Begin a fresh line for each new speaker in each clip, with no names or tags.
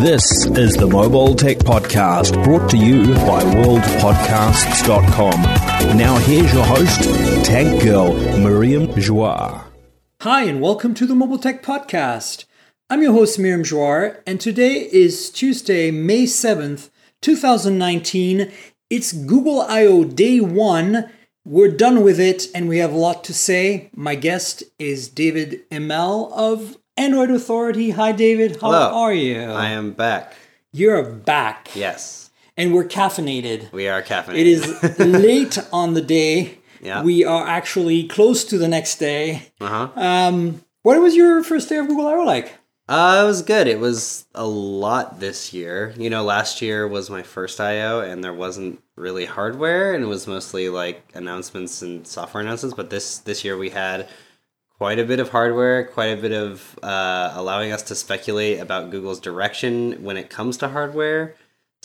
This is the Mobile Tech Podcast, brought to you by worldpodcasts.com. Now, here's your host, Tech Girl, Miriam Joie.
Hi, and welcome to the Mobile Tech Podcast. I'm your host, Miriam Jouar, and today is Tuesday, May 7th, 2019. It's Google I.O. Day 1. We're done with it, and we have a lot to say. My guest is David Emel of Android Authority. Hi, David. How
Hello.
are you?
I am back.
You're back.
Yes,
And we're caffeinated.
we are caffeinated.
It is late on the day.
Yeah.
We are actually close to the next day.
uh-huh.
Um, what was your first day of Google I.O. like?
Uh, it was good. It was a lot this year. You know, last year was my first I/O, and there wasn't really hardware, and it was mostly like announcements and software announcements. But this this year we had quite a bit of hardware, quite a bit of uh, allowing us to speculate about Google's direction when it comes to hardware.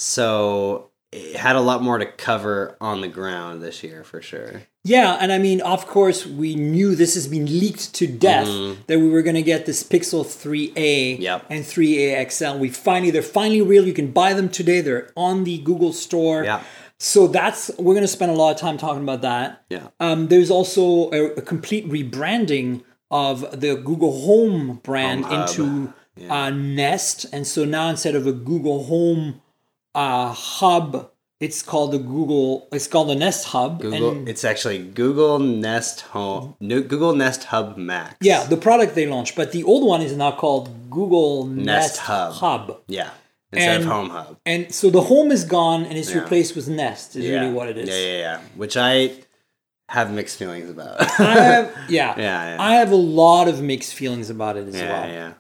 So it had a lot more to cover on the ground this year for sure.
Yeah, and I mean, of course, we knew this has been leaked to death that we were going to get this Pixel 3a
Mm-hmm. Yep.
and 3a XL. We finally, they're finally real. You can buy them today. They're on the Google Store.
Yeah,
So that's we're going to spend a lot of time talking about that.
yeah.
Um, there's also a, a complete rebranding of the Google Home brand
Home Hub.
into uh, Nest, and so now instead of a Google Home uh, Hub, it's called the Google. It's called the Nest Hub.
Google,
and-
it's actually Google Nest Home, no, Google Nest Hub Max.
yeah, the product they launched, but the old one is now called Google Nest,
Nest Hub.
Hub.
yeah. Instead
And-
of Home Hub,
And so the home is gone, and it's
Yeah.
replaced with Nest. Is
yeah,
really what it is.
Yeah, yeah, yeah. Which I have mixed feelings about.
I have, yeah,
Yeah, yeah.
I have a lot of mixed feelings about it as
yeah,
well.
yeah.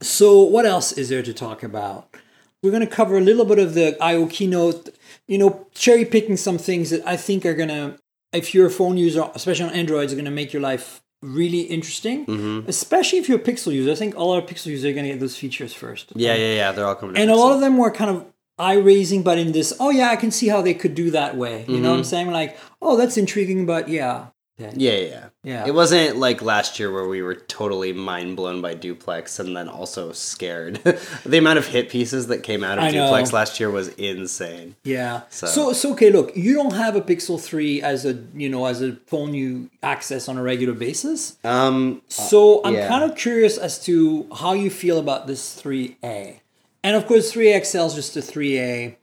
So, what else is there to talk about? We're going to cover a little bit of the IO keynote, you know, cherry picking some things that I think are going to, if you're a phone user, especially on Androids, are going to make your life really interesting. Especially if you're a Pixel user. I think all our Pixel users are going to get those features first.
Yeah, yeah, yeah. They're all coming. to
And a
Pixel.
lot of them were kind of eye raising, but in this, oh, yeah, I can see how they could do that way. You know what I'm saying? Like, oh, that's intriguing, but yeah.
Yeah, yeah, yeah.
Yeah.
It wasn't like last year where we were totally mind blown by Duplex and then also scared. the amount of hit pieces that came out of
I know.
Duplex last year was insane.
Yeah. So.
So-
so okay, look, you don't have a Pixel 3 as a, you know, as a phone you access on a regular basis.
Um,
So I'm
yeah.
kind of curious as to how you feel about this 3A. And of course, 3A XL is just a 3A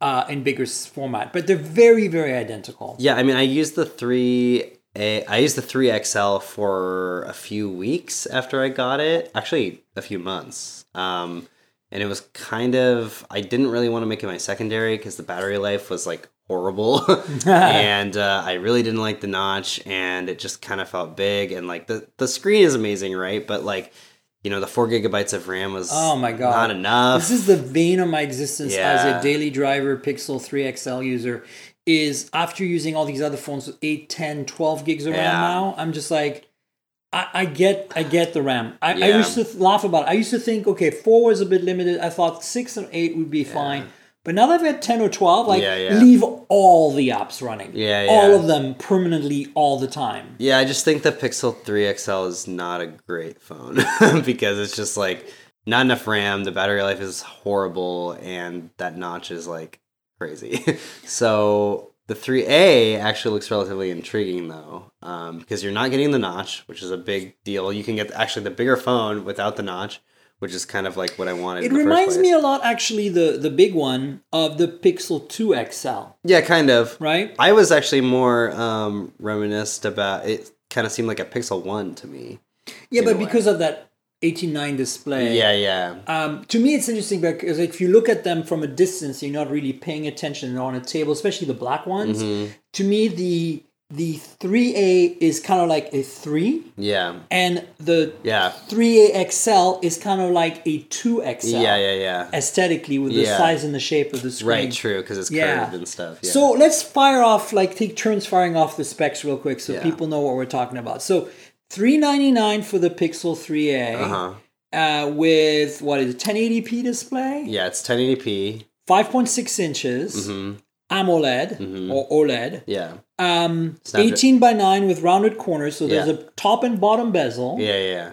uh, in bigger s- format, but they're very, very identical.
Yeah, I mean, I used the three. A, I used the three XL for a few weeks after I got it. Actually, a few months. Um, and it was kind of I didn't really want to make it my secondary because the battery life was like horrible, and uh, I really didn't like the notch, and it just kind of felt big. And like the the screen is amazing, right? But like, you know, the four gigabytes of RAM was
Oh my God.
not enough.
This is the vein of my existence as a
Yeah.
daily driver Pixel 3 XL user is after using all these other phones with 8, 10, 12 gigs of RAM
Yeah.
now, I'm just like, I, I get I get the RAM. I, I
Yeah.
used to laugh about it. I used to think, okay, 4 was a bit limited. I thought 6 and 8 would be fine. But now that I've had 10 or 12, like,
Yeah, yeah.
leave all the apps running.
Yeah,
All
yeah.
of them permanently all the time.
Yeah, I just think the Pixel 3 XL is not a great phone because it's just like not enough RAM, the battery life is horrible, and that notch is like crazy. so the 3A actually looks relatively intriguing though, um, because you're not getting the notch, which is a big deal. You can get actually the bigger phone without the notch, which is kind of like what I wanted.
It
in the first
reminds me
place.
a lot, actually, the, the big one of the Pixel 2 XL,
yeah, kind of.
right?
I was actually more um, reminisced about it. Kind of seemed like a Pixel One to me.
Yeah,
in
but
a way.
because of that 18.9 display.
Yeah, yeah.
Um, to me, it's interesting because if you look at them from a distance, you're not really paying attention on a table, especially the black ones.
Mm-hmm.
To me, the the 3A is kind of like a 3,
Yeah.
and the
Yeah.
3A XL is kind of like a 2XL
Yeah, yeah, yeah.
aesthetically with the
Yeah.
size and the shape of the screen.
right, true, because it's
Yeah.
curved and stuff. Yeah.
So let's fire off, like, take turns firing off the specs real quick so
Yeah.
people know what we're talking about. So, 399 for the Pixel 3A
uh-huh.
uh, with what is it, 1080p display,
Yeah, it's 1080p.
5.6 inches,
Mm-hmm.
AMOLED E or OLED,
Yeah.
um,
Snapdragon.
18 by 9 with rounded corners. So there's
Yeah.
a top and bottom bezel.
Yeah, yeah, yeah.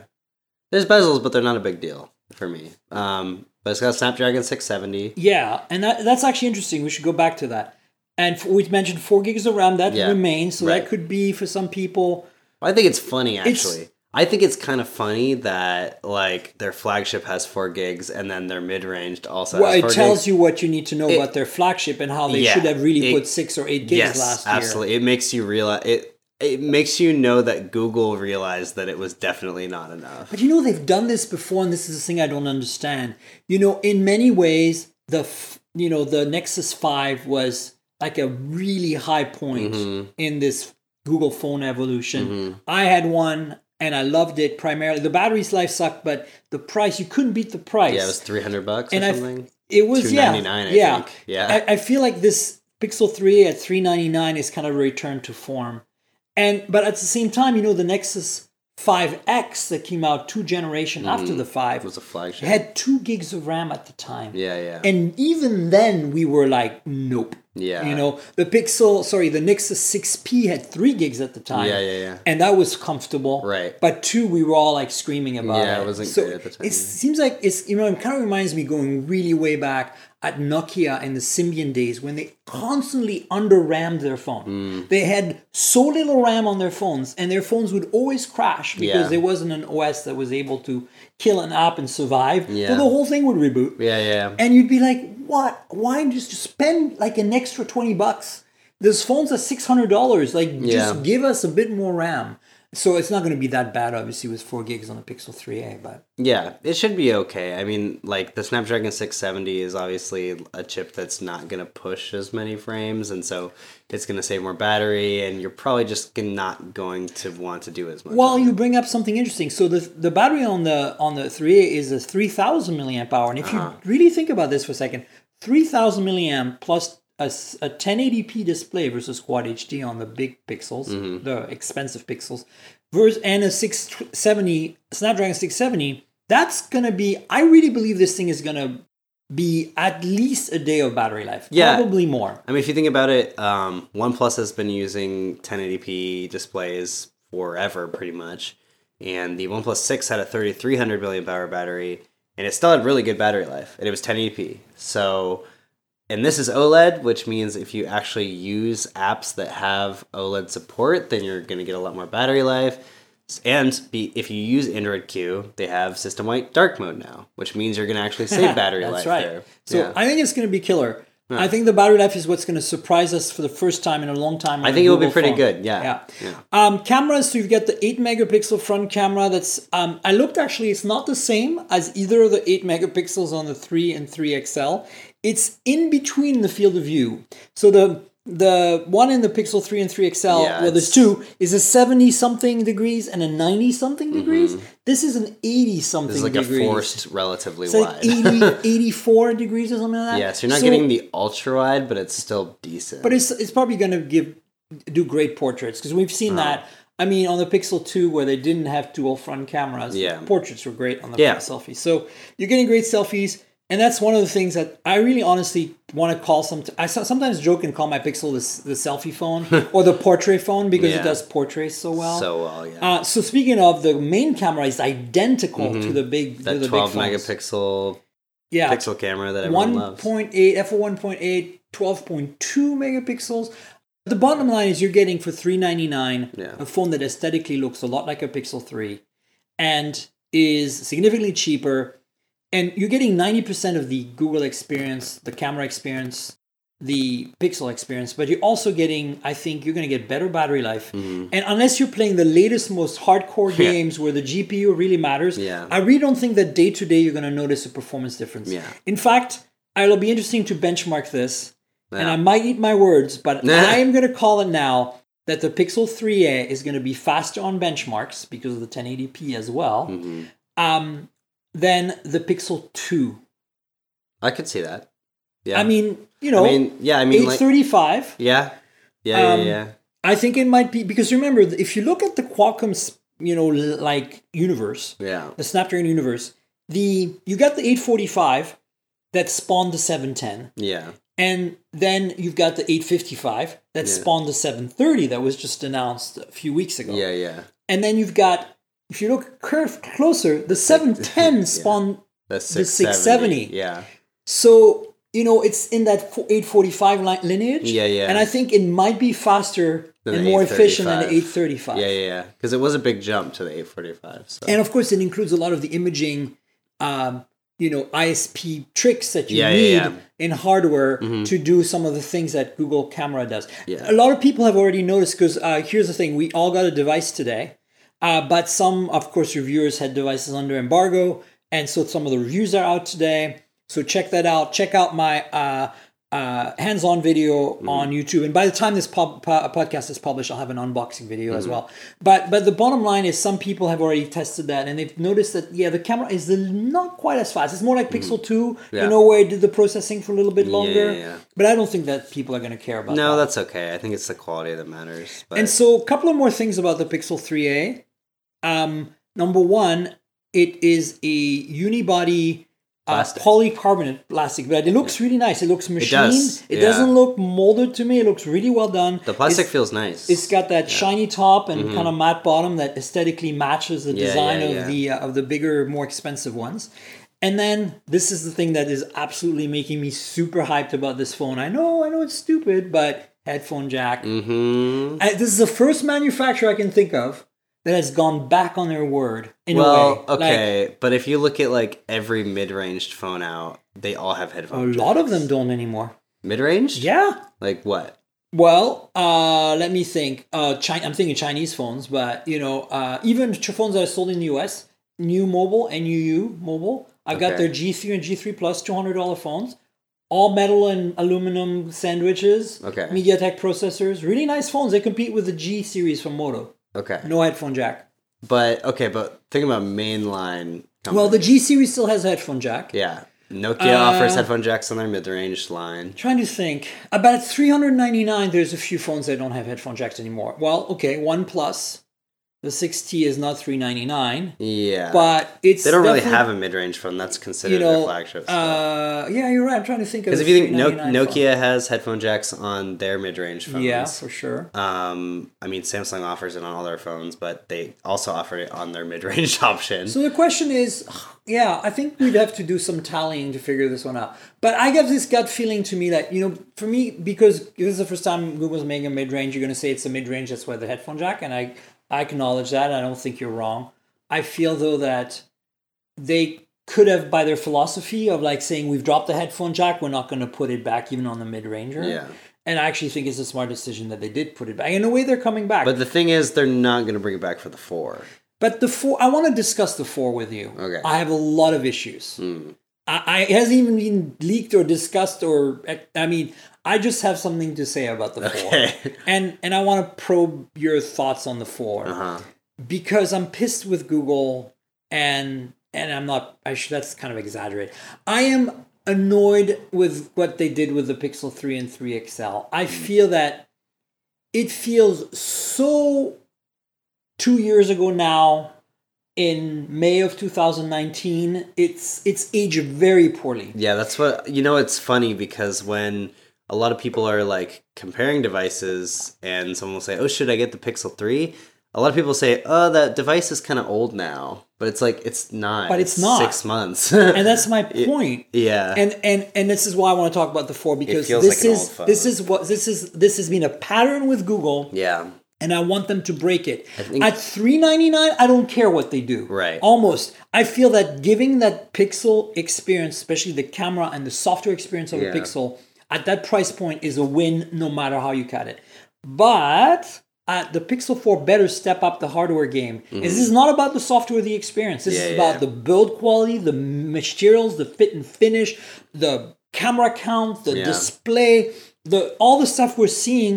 There's bezels, but they're not a big deal for me. Um, But it's got Snapdragon 670.
Yeah, and that, that's actually interesting. We should go back to that. And f- we mentioned four gigs of RAM that
Yeah,
remains, so
right.
that could be for some people.
I think it's funny
It's-
actually. I think it's kind of funny that like their flagship has four gigs and then their mid range also
Well,
has
it
four
tells
gigs.
you what you need to know about their flagship and how they
Yeah,
should have really
it-
put six or eight gigs
yes,
last year.
absolutely. It makes you realize it. It makes you know that Google realized that it was definitely not enough.
But you know they've done this before, and this is the thing I don't understand. You know, in many ways, the f- you know the Nexus Five was like a really high point
Mm-hmm.
in this Google phone evolution. I had one and I loved it primarily. The battery's life sucked, but the price you couldn't beat the price.
Yeah, it was three hundred bucks or
and I f-
something.
it was yeah,
$299, I
yeah,
think. Yeah.
I, I feel like this Pixel Three at three ninety nine is kind of a return to form, and but at the same time, you know, the Nexus Five X that came out two generation
Mm-hmm.
after the five
It was a flagship.
had two gigs of RAM at the time.
yeah, yeah,
And even then, we were like, nope.
yeah.
You know, the Pixel, sorry, the Nexus 6P had three gigs at the time.
Yeah, yeah, yeah.
And that was comfortable.
Right.
But two, we were all like screaming about
Yeah,
it.
it wasn't
so
great at the time.
It seems like it's, you know, it kind of reminds me going really way back at Nokia and the Symbian days when they constantly under rammed their phone.
Mm.
They had so little RAM on their phones and their phones would always crash because
Yeah.
there wasn't an OS that was able to kill an app and survive. So
Yeah.
the whole thing would reboot
yeah, yeah.
and you'd be like, "What? Why just spend like an extra twenty bucks? This phone's at six hundred dollars. Like,
Yeah.
just give us a bit more RAM." So it's not going to be that bad, obviously, with four gigs on the Pixel Three A. But
Yeah, it should be okay. I mean, like the Snapdragon 670 is obviously a chip that's not going to push as many frames and so it's going to save more battery and you're probably just g- not going to want to do as much.
well, you bring up something interesting. So the the battery on the on the Three A is a three thousand milliamp hour, and if you really think about this for a second, three thousand milliamp plus. A, s- a 1080p display versus quad HD on the big pixels, the expensive pixels, vers and a 670 Snapdragon 670, that's gonna be. I really believe this thing is gonna be at least a day of battery life.
Yeah.
probably more.
I mean, if you think about it, um, OnePlus has been using 1080p displays forever, pretty much. And the OnePlus 6 had a 3300 milliamp hour battery, and it still had really good battery life, and it was 1080p. So, and this is OLED, which means if you actually use apps that have OLED support, then you're going to get a lot more battery life. And be, if you use Android Q, they have system wide dark mode now, which means you're going to actually save battery
That's
life
right.
there.
So
Yeah.
I think it's going to be killer. I think the battery life is what's going to surprise us for the first time in a long time. on
I
a
think it will be
Google
pretty
phone.
good. Yeah.
Yeah. Um, cameras. So you've got the eight megapixel front camera. That's um, I looked actually. It's not the same as either of the eight megapixels on the three and three XL. It's in between the field of view. So the the one in the Pixel three and three XL, well, there's
it's-
two, is a seventy something degrees and a ninety something degrees. This is an eighty something.
It's Mm-hmm. like
degrees.
a forced relatively wide.
It's like 80, 84 degrees or something like that.
yeah, so you're not
So-
getting the ultra wide, but it's still decent.
But it's it's probably going to give do great portraits because we've seen
Uh-huh.
that. I mean, on the Pixel Two, where they didn't have dual front cameras,
Yeah.
portraits were great on the
Yeah.
front selfies. So you're getting great selfies, and that's one of the things that I really honestly want to call some. I so- sometimes joke and call my Pixel the, s- the selfie phone or the portrait phone because it
Yeah.
does portraits so well.
so well, yeah.
Uh, so speaking of the main camera is identical to the big to
Mm-hmm. that
the
12
big phones.
megapixel
yeah
pixel camera that everyone loves.
1.8 f1 1.8 12.2 megapixels the bottom line is you're getting for 399
Yeah.
a phone that aesthetically looks a lot like a pixel 3 and is significantly cheaper and you're getting 90% of the google experience the camera experience the pixel experience but you're also getting i think you're going to get better battery life and unless you're playing the latest most hardcore
Mm-hmm. Yeah.
games where the gpu really matters
Yeah.
i really don't think that day to day you're going to notice a performance difference
Yeah.
in fact, it'll be interesting to benchmark this, and
Yeah.
I might eat my words, but
Nah.
I am going to call it now that the Pixel 3a is going to be faster on benchmarks because of the 1080p as well
Mm-hmm.
um, than the Pixel 2.
I could see that. Yeah.
I mean, you
I
know,
mean, yeah, I mean, like,
835.
yeah. Yeah,
Um,
yeah, yeah.
I think it might be because remember, if you look at the Qualcomm's, you know, l- like universe,
Yeah.
the Snapdragon universe, the you got the 845 that spawned the 710.
Yeah.
And then you've got the 855 that
Yeah.
spawned the 730 that was just announced a few weeks ago.
Yeah, yeah.
And then you've got, if you look curved closer, the 710 spawned
The
The
670.
670.
Yeah.
So you know, it's in that fo- 845 li- lineage.
Yeah, yeah.
And I think it might be faster
Than
and
the
more efficient than the 835.
835. Yeah, yeah, yeah. Because it was a big jump to the 845. So.
And of course, it includes a lot of the imaging, um, you know, ISP tricks that you
Yeah, yeah,
need
yeah. Mm-hmm.
in hardware to do some of the things that Google Camera does. A
Yeah.
lot of people have already noticed because uh, here's the thing: we all got a device today, uh, but some, of course, reviewers had devices under embargo, and so some of the reviews are out today. So check that out. Check out my. Uh, uh, hands-on video
Mm-hmm.
on YouTube, and by the time this pub, po- podcast is published, I'll have an unboxing video
Mm-hmm.
as well. But but the bottom line is, some people have already tested that, and they've noticed that yeah, the camera is not quite as fast. It's more like Pixel Two,
Mm-hmm. Yeah.
you know, where it did the processing for a little bit longer.
yeah, yeah.
But I don't think that people are going to care about
no,
that.
that's okay. I think it's the quality that matters. But
And so, a couple of more things about the Pixel 3a. Um, number one, it is a unibody uh,
Plastic.
polycarbonate plastic, but it looks really nice. It looks machined.
does, yeah.
not look molded to me. It looks really well done.
the plastic
It's-
feels nice.
it's got that shiny top and kind of matte bottom that aesthetically matches the
Yeah,
design
yeah,
of
yeah.
the uh, of the bigger, more expensive ones. And then this is the thing that is absolutely making me super hyped about this phone. I know, I know it's stupid, but headphone jack.
hmm
I, Uh, this is the first manufacturer I can think of that has gone back on their word in a way.
Well,
Like,
okay. but if you look at like every mid ranged phone out, they all have
a
headphones.
lot of them don't anymore.
Mid range?
Yeah.
Like what?
Well, uh, let me think. Uh, Chi- I'm thinking Chinese phones, but you know, uh, even ch- phones that are sold in the U.S. New Mobile, NUU Mobile. I've got
Okay.
their G3 and G3 Plus, two hundred dollar phones, all metal and aluminum sandwiches.
Okay.
MediaTek processors, really nice phones. They compete with the G series from Moto.
Okay.
No headphone jack.
But okay, but think about mainline. Companies.
Well, the G series still has a headphone jack.
yeah, Nokia
uh,
offers headphone jacks on their mid-range line.
Trying to think. About 399, there's a few phones that don't have headphone jacks anymore. Well, okay, OnePlus. The 6T is not 399,
Yeah,
but it's.
they don't really
definitely,
have a mid-range phone that's considered
you know,
their flagship. Because
Uh, yeah, you're right. I'm trying to think of.
if you think no-
399 phone.
Nokia has headphone jacks on their mid-range phones,
Yeah, for sure.
Um, I mean, Samsung offers it on all their phones, but they also offer it on their mid-range option.
So the question is, yeah, I think we'd have to do some tallying to figure this one out. But I get this gut feeling to me that, you know, for me, because this is the first time Google's making a mid range, you're going to say it's a mid range, that's why the headphone jack. And I, I acknowledge that. I don't think you're wrong. I feel, though, that they could have, by their philosophy of like saying, we've dropped the headphone jack, we're not going to put it back even on the mid ranger.
Yeah.
And I actually think it's a smart decision that they did put it back. In a way, they're coming back.
but the thing is, they're not going to bring it back for the four.
But the four, I want to discuss the four with you.
Okay.
I have a lot of issues. I, I it hasn't even been leaked or discussed, or I mean, I just have something to say about the four,
Okay.
and and I want to probe your thoughts on the 4 because I'm pissed with Google, and and I'm not. I should, that's kind of exaggerated. I am annoyed with what they did with the Pixel Three and Three XL. I feel that it feels so two years ago now in may of 2019 it's it's aged very poorly
Yeah, that's what you know. It's funny because when a lot of people are like comparing devices, and someone will say, "Oh, should I get the Pixel 3? A lot of people say, "Oh, that device is kind of old now," but it's like it's not.
But it's not.
six months.
and that's my point
yeah,
and and and this is why i want to talk about the four because
feels
this
like an
is
old phone.
this is what this is this has been a pattern with google
yeah,
and i want them to break it
think-
at 399 i don't care what they do
Right.
almost i feel that giving that pixel experience especially the camera and the software experience of a
Yeah.
pixel at that price point is a win no matter how you cut it but uh, the Pixel 4 better step up the hardware game. And This is not about the software, the experience. This is
Mm-hmm. Yeah,
about
yeah.
the build quality, the materials, the fit and finish, the camera count, the
Yeah.
display, the all the stuff we're seeing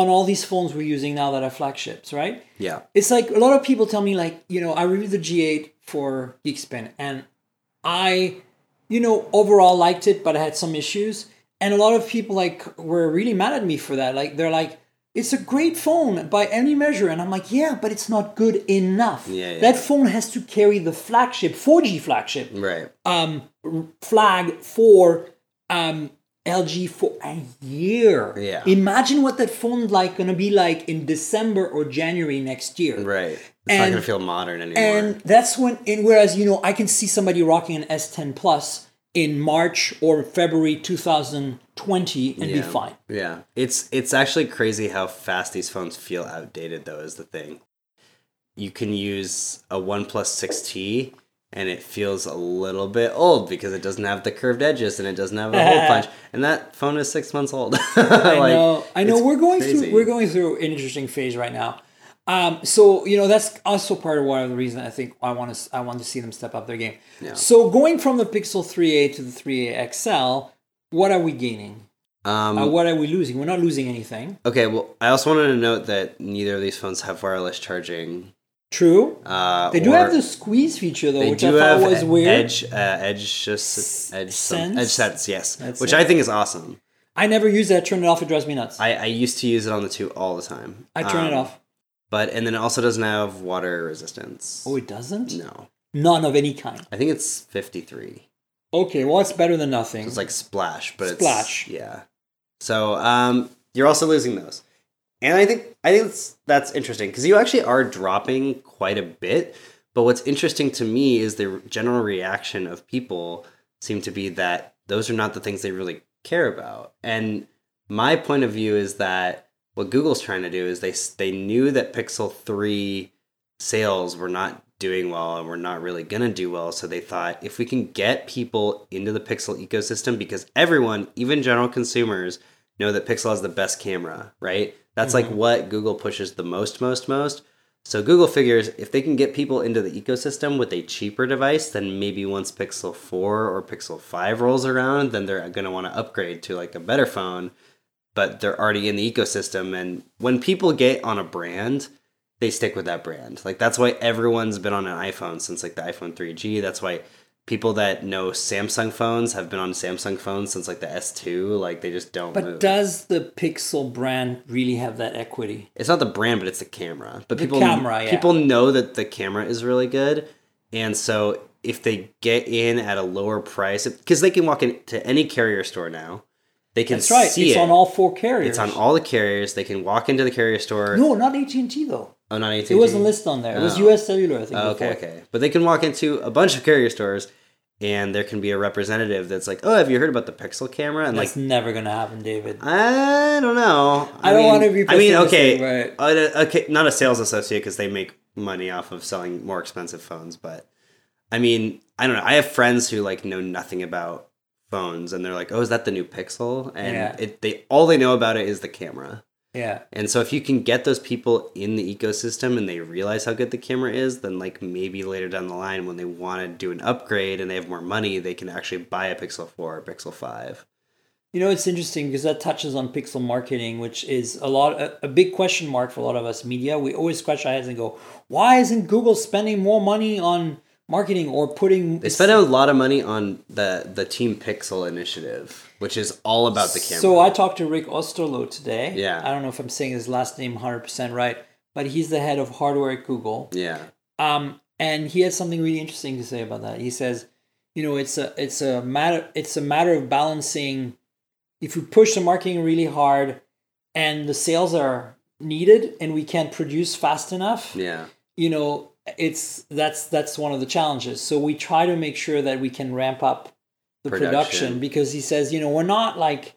on all these phones we're using now that are flagships, right?
yeah.
It's like a lot of people tell me, like, you know, I reviewed the G8 for Geekspin and I, you know, overall liked it, but I had some issues. And a lot of people, like, were really mad at me for that. Like, they're like, it's a great phone by any measure. And I'm like, yeah, but it's not good enough.
Yeah, yeah.
That phone has to carry the flagship, 4G flagship
Right.
Uh, flag for um, LG for a year.
Yeah.
Imagine what that phone like gonna be like in December or January next year.
right. It's not
And-
going to feel modern anymore.
And that's when, and whereas, you know, I can see somebody rocking an S10 Plus in March or February 2020 and be
yeah.
fine.
Yeah. It's it's actually crazy how fast these phones feel outdated though is the thing. You can use a One 6T and it feels a little bit old because it doesn't have the curved edges and it doesn't have a hole punch. And that phone is six months old.
I know. I know. We're going
crazy.
through. We're going through an interesting phase right now. Um, so you know that's also part of one of the reason I think I want to I want to see them step up their game. So going from the Pixel 3a to the 3a XL, what are we gaining?
Um,
Uh, what are we losing? We're not losing anything.
okay, well, I also wanted to note that neither of these phones have wireless charging.
True.
Uh,
they do
or-
have the squeeze feature though,
They
which I
do
thought
have
was
e-
weird.
edge, uh, edge, just edge, some,
sense?
edge sets, yes,
That's
which
it.
I think is awesome.
I never use that. Turn it off. It drives me nuts. I,
I, I used to use it on the two all the time.
turn it
Um,
off.
But and then it also doesn't have water resistance.
Oh, it doesn't.
no,
None of any kind.
I think it's fifty three.
Okay. Well, it's better than nothing.
It's like splash, but
Splash.
it's yeah. So um, you're also losing those, and I think I think that's, that's interesting because you actually are dropping quite a bit. But what's interesting to me is the general reaction of people seem to be that those are not the things they really care about. And my point of view is that what Google's trying to do is they s- they knew that Pixel three sales were not doing well and were not really going to do well. So they thought if we can get people into the Pixel ecosystem, because everyone, even general consumers, know that Pixel has the best camera, right? That's like what Google pushes the most, most, most. So Google figures if they can get people into the ecosystem with a cheaper device, then maybe once Pixel 4 or Pixel 5 rolls around, then they're going to want to upgrade to like a better phone but they're already in the ecosystem. And when people get on a brand, they stick with that brand. Like that's why everyone's been on an iPhone since like the iPhone 3G. That's why people that know Samsung phones have been on Samsung phones since like the S2. Like they just don't
But
move.
does the Pixel brand really have that equity?
it's not the brand, but it's the camera. But
The
people
camera, yeah.
people know that the camera is really good, and so if they get in at a lower price, because they can walk into any carrier store now, they can
That's right.
see
It's
it.
on all four carriers.
It's on all the carriers. They can walk into the carrier store.
No, not AT and T though.
Oh, not AT&T.
It wasn't listed on there. It was
Oh.
U.S. Cellular, I think.
Oh, okay,
before.
okay. But they can walk into a bunch of carrier stores, and there can be a representative that's like, "Oh, have you heard about the Pixel camera?" And
That's
like,
never gonna happen, David.
I don't know.
I don't
mean-
wanna be
I mean,
pessimistic,
okay, uh, okay, not a sales associate because they make money off of selling more expensive phones, but I mean, I don't know. I have friends who like know nothing about phones, and they're like, "Oh, is that the new Pixel?" And
Yeah.
it, they all they know about it is the camera.
Yeah.
And so if you can get those people in the ecosystem and they realize how good the camera is, then like maybe later down the line when they want to do an upgrade and they have more money, they can actually buy a Pixel 4 or Pixel 5.
You know, it's interesting because that touches on pixel marketing, which is a lot a, a big question mark for a lot of us media. We always scratch our heads and go, "Why isn't Google spending more money on marketing or putting?"
They spent a lot of money on the the Team Pixel initiative, which is all about the camera.
So I talked to Rick Osterloh today.
Yeah.
I don't know if I'm saying his last name 100 percent right, but he's the head of hardware at Google.
yeah.
Um, and he has something really interesting to say about that. He says, you know, it's a it's a matter it's a matter of balancing. If we push the marketing really hard, and the sales are needed, and we can't produce fast enough,
Yeah.
you know, it's that's that's one of the challenges. So we try to make sure that we can ramp up the production,
Production.
because he says, you know, we're not like.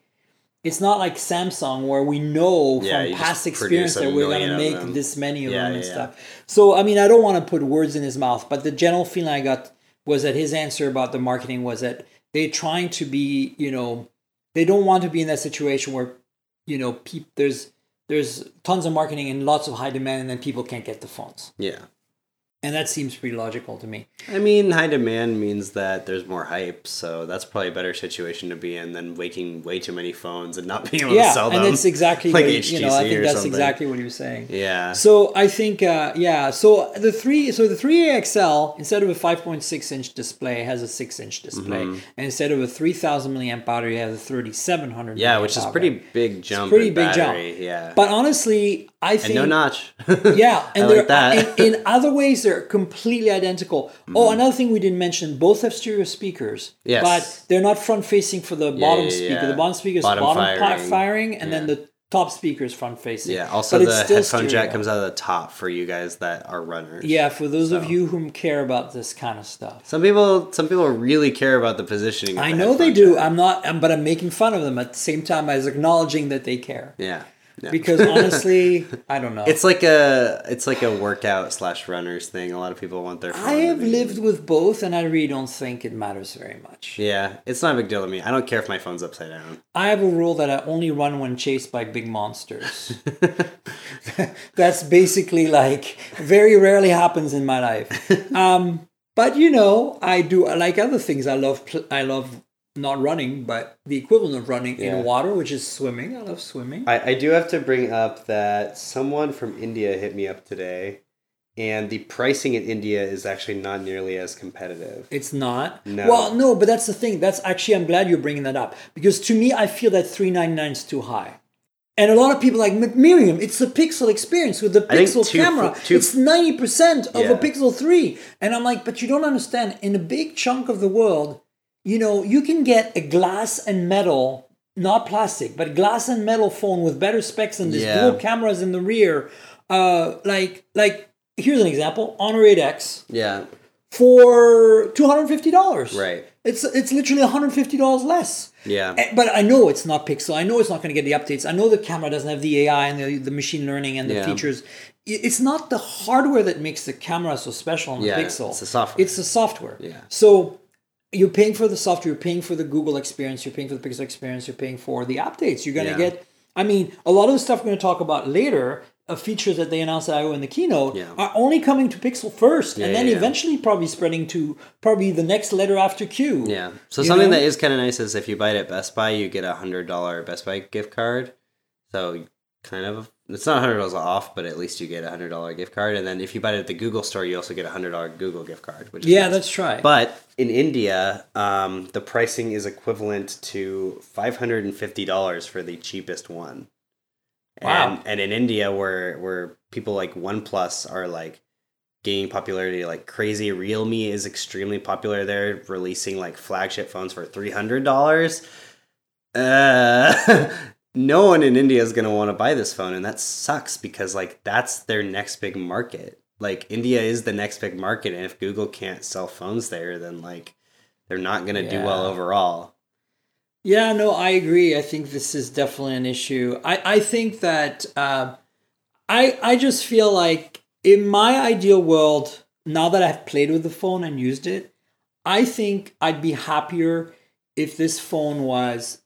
It's not like Samsung where we know
Yeah, you
from past
just produce
experience
a
that we're going
million
to
of
make
them.
this many of
Yeah,
them and
yeah, yeah.
stuff. So I mean, I don't want to put words in his mouth, but the general feeling I got was that his answer about the marketing was that they're trying to be, you know, they don't want to be in that situation where, you know, peop, there's there's tons of marketing and lots of high demand, and then people can't get the phones,
Yeah.
and that seems pretty logical to me.
I mean, high demand means that there's more hype, so that's probably a better situation to be in than waking way too many phones and not being able to
yeah,
sell them.
and that's exactly
like
what he- you know. I
HTC
think
or
that's
something.
exactly what he was saying.
Yeah.
So I think uh, yeah. So the three so the three AXL instead of a five point six inch display has a six inch display,
Mm-hmm.
and instead of a three thousand milliamp battery, it has a thirty seven hundred.
yeah, which is pretty big jump.
pretty
in
big jump.
battery, Yeah.
But honestly, I
and
think
no notch.
yeah, and
I
they're
like that. Mm-hmm.
In, in other ways they're completely identical. Oh, another thing we didn't mention: both have stereo speakers,
Yes.
but they're not front facing for the bottom
yeah,
speaker.
yeah.
The bottom speaker is
Bottom
bottom, pi-
firing.
firing. and then
Yeah.
the top speakers front facing.
Yeah. Also, the
still
headphone
stereo.
jack comes out of the top for you guys that are runners.
Yeah, for those of you whom care about this kind of stuff.
Some people, some people really care about the positioning. of
I
the
know they
headphone
do.
jack.
I'm not, I'm, but I'm making fun of them at the same time as acknowledging that they care.
Yeah. yeah.
Because honestly, I don't know.
It's like a it's like a workout slash runners thing. A lot of people want their.
I
phone to
have
be-
lived with both, and I really don't think it matters very much.
Yeah, it's not a big deal to me. I don't care if my phone's upside down.
I have a rule that I only run when chased by big monsters. That's basically like very rarely happens in my life. Um, but you know, I do I like other things. I love pl- I love not running, but the equivalent of running
Yeah.
in water, which is swimming. I love swimming.
I, I do have to bring up that someone from India hit me up today, and the pricing in India is actually not nearly as competitive.
It's not.
No.
Well, no, but that's the thing. That's actually I'm glad you're bringing that up because to me I feel that 399 is too high. And a lot of people are like "But Miriam. It's the Pixel experience with the
think
Pixel
two-
camera.
two-
it's ninety percent of a
Yeah.
Pixel three, and I'm like, but you don't understand. In a big chunk of the world, you know, you can get a glass and metal, not plastic, but glass and metal phone with better specs than this
Yeah.
dual cameras in the rear. Uh, like, like here's an example: Honor 8X
Yeah,
for two hundred fifty dollars.
Right.
It's it's literally one hundred fifty dollars less.
yeah,
Eh, But I know it's not Pixel. I know it's not going to get the updates. I know the camera doesn't have the AI and the, the machine learning and the
Yeah.
features. I- It's not the hardware that makes the camera so special on the
Yeah,
Pixel.
it's the software.
It's the software.
Yeah.
So you're paying for the software. You're paying for the Google experience. You're paying for the Pixel experience. You're paying for the updates. You're going to
Yeah.
get. I mean, a lot of the stuff we're going to talk about later, uh, features that they announced at I/O in the keynote,
Yeah.
are only coming to Pixel first, and
Yeah,
then
yeah, yeah.
eventually probably spreading to probably the next letter after Q.
yeah. So
You
something
know?
that is kind of nice is if you buy it at Best Buy, you get a hundred dollar Best Buy gift card. So kind of, it's not hundred dollars off, but at least you get a hundred dollar gift card. And then if you buy it at the Google store, you also get a hundred dollar Google gift card. Which is
Yeah,
nice.
that's right.
But in India, um, the pricing is equivalent to five hundred and fifty dollars for the cheapest one.
Wow.
And, and in India, where where people like OnePlus are like gaining popularity like crazy, Realme is extremely popular. They're releasing like flagship phones for three hundred dollars. Uh, no one in India is gonna want to buy this phone, and that sucks because like that's their next big market. Like India is the next big market, and if Google can't sell phones there, then like they're not gonna do well
Yeah.
overall.
Yeah, no, I agree. I think this is definitely an issue. I, I think that uh, I I just feel like in my ideal world, now that I've played with the phone and used it, I think I'd be happier if this phone was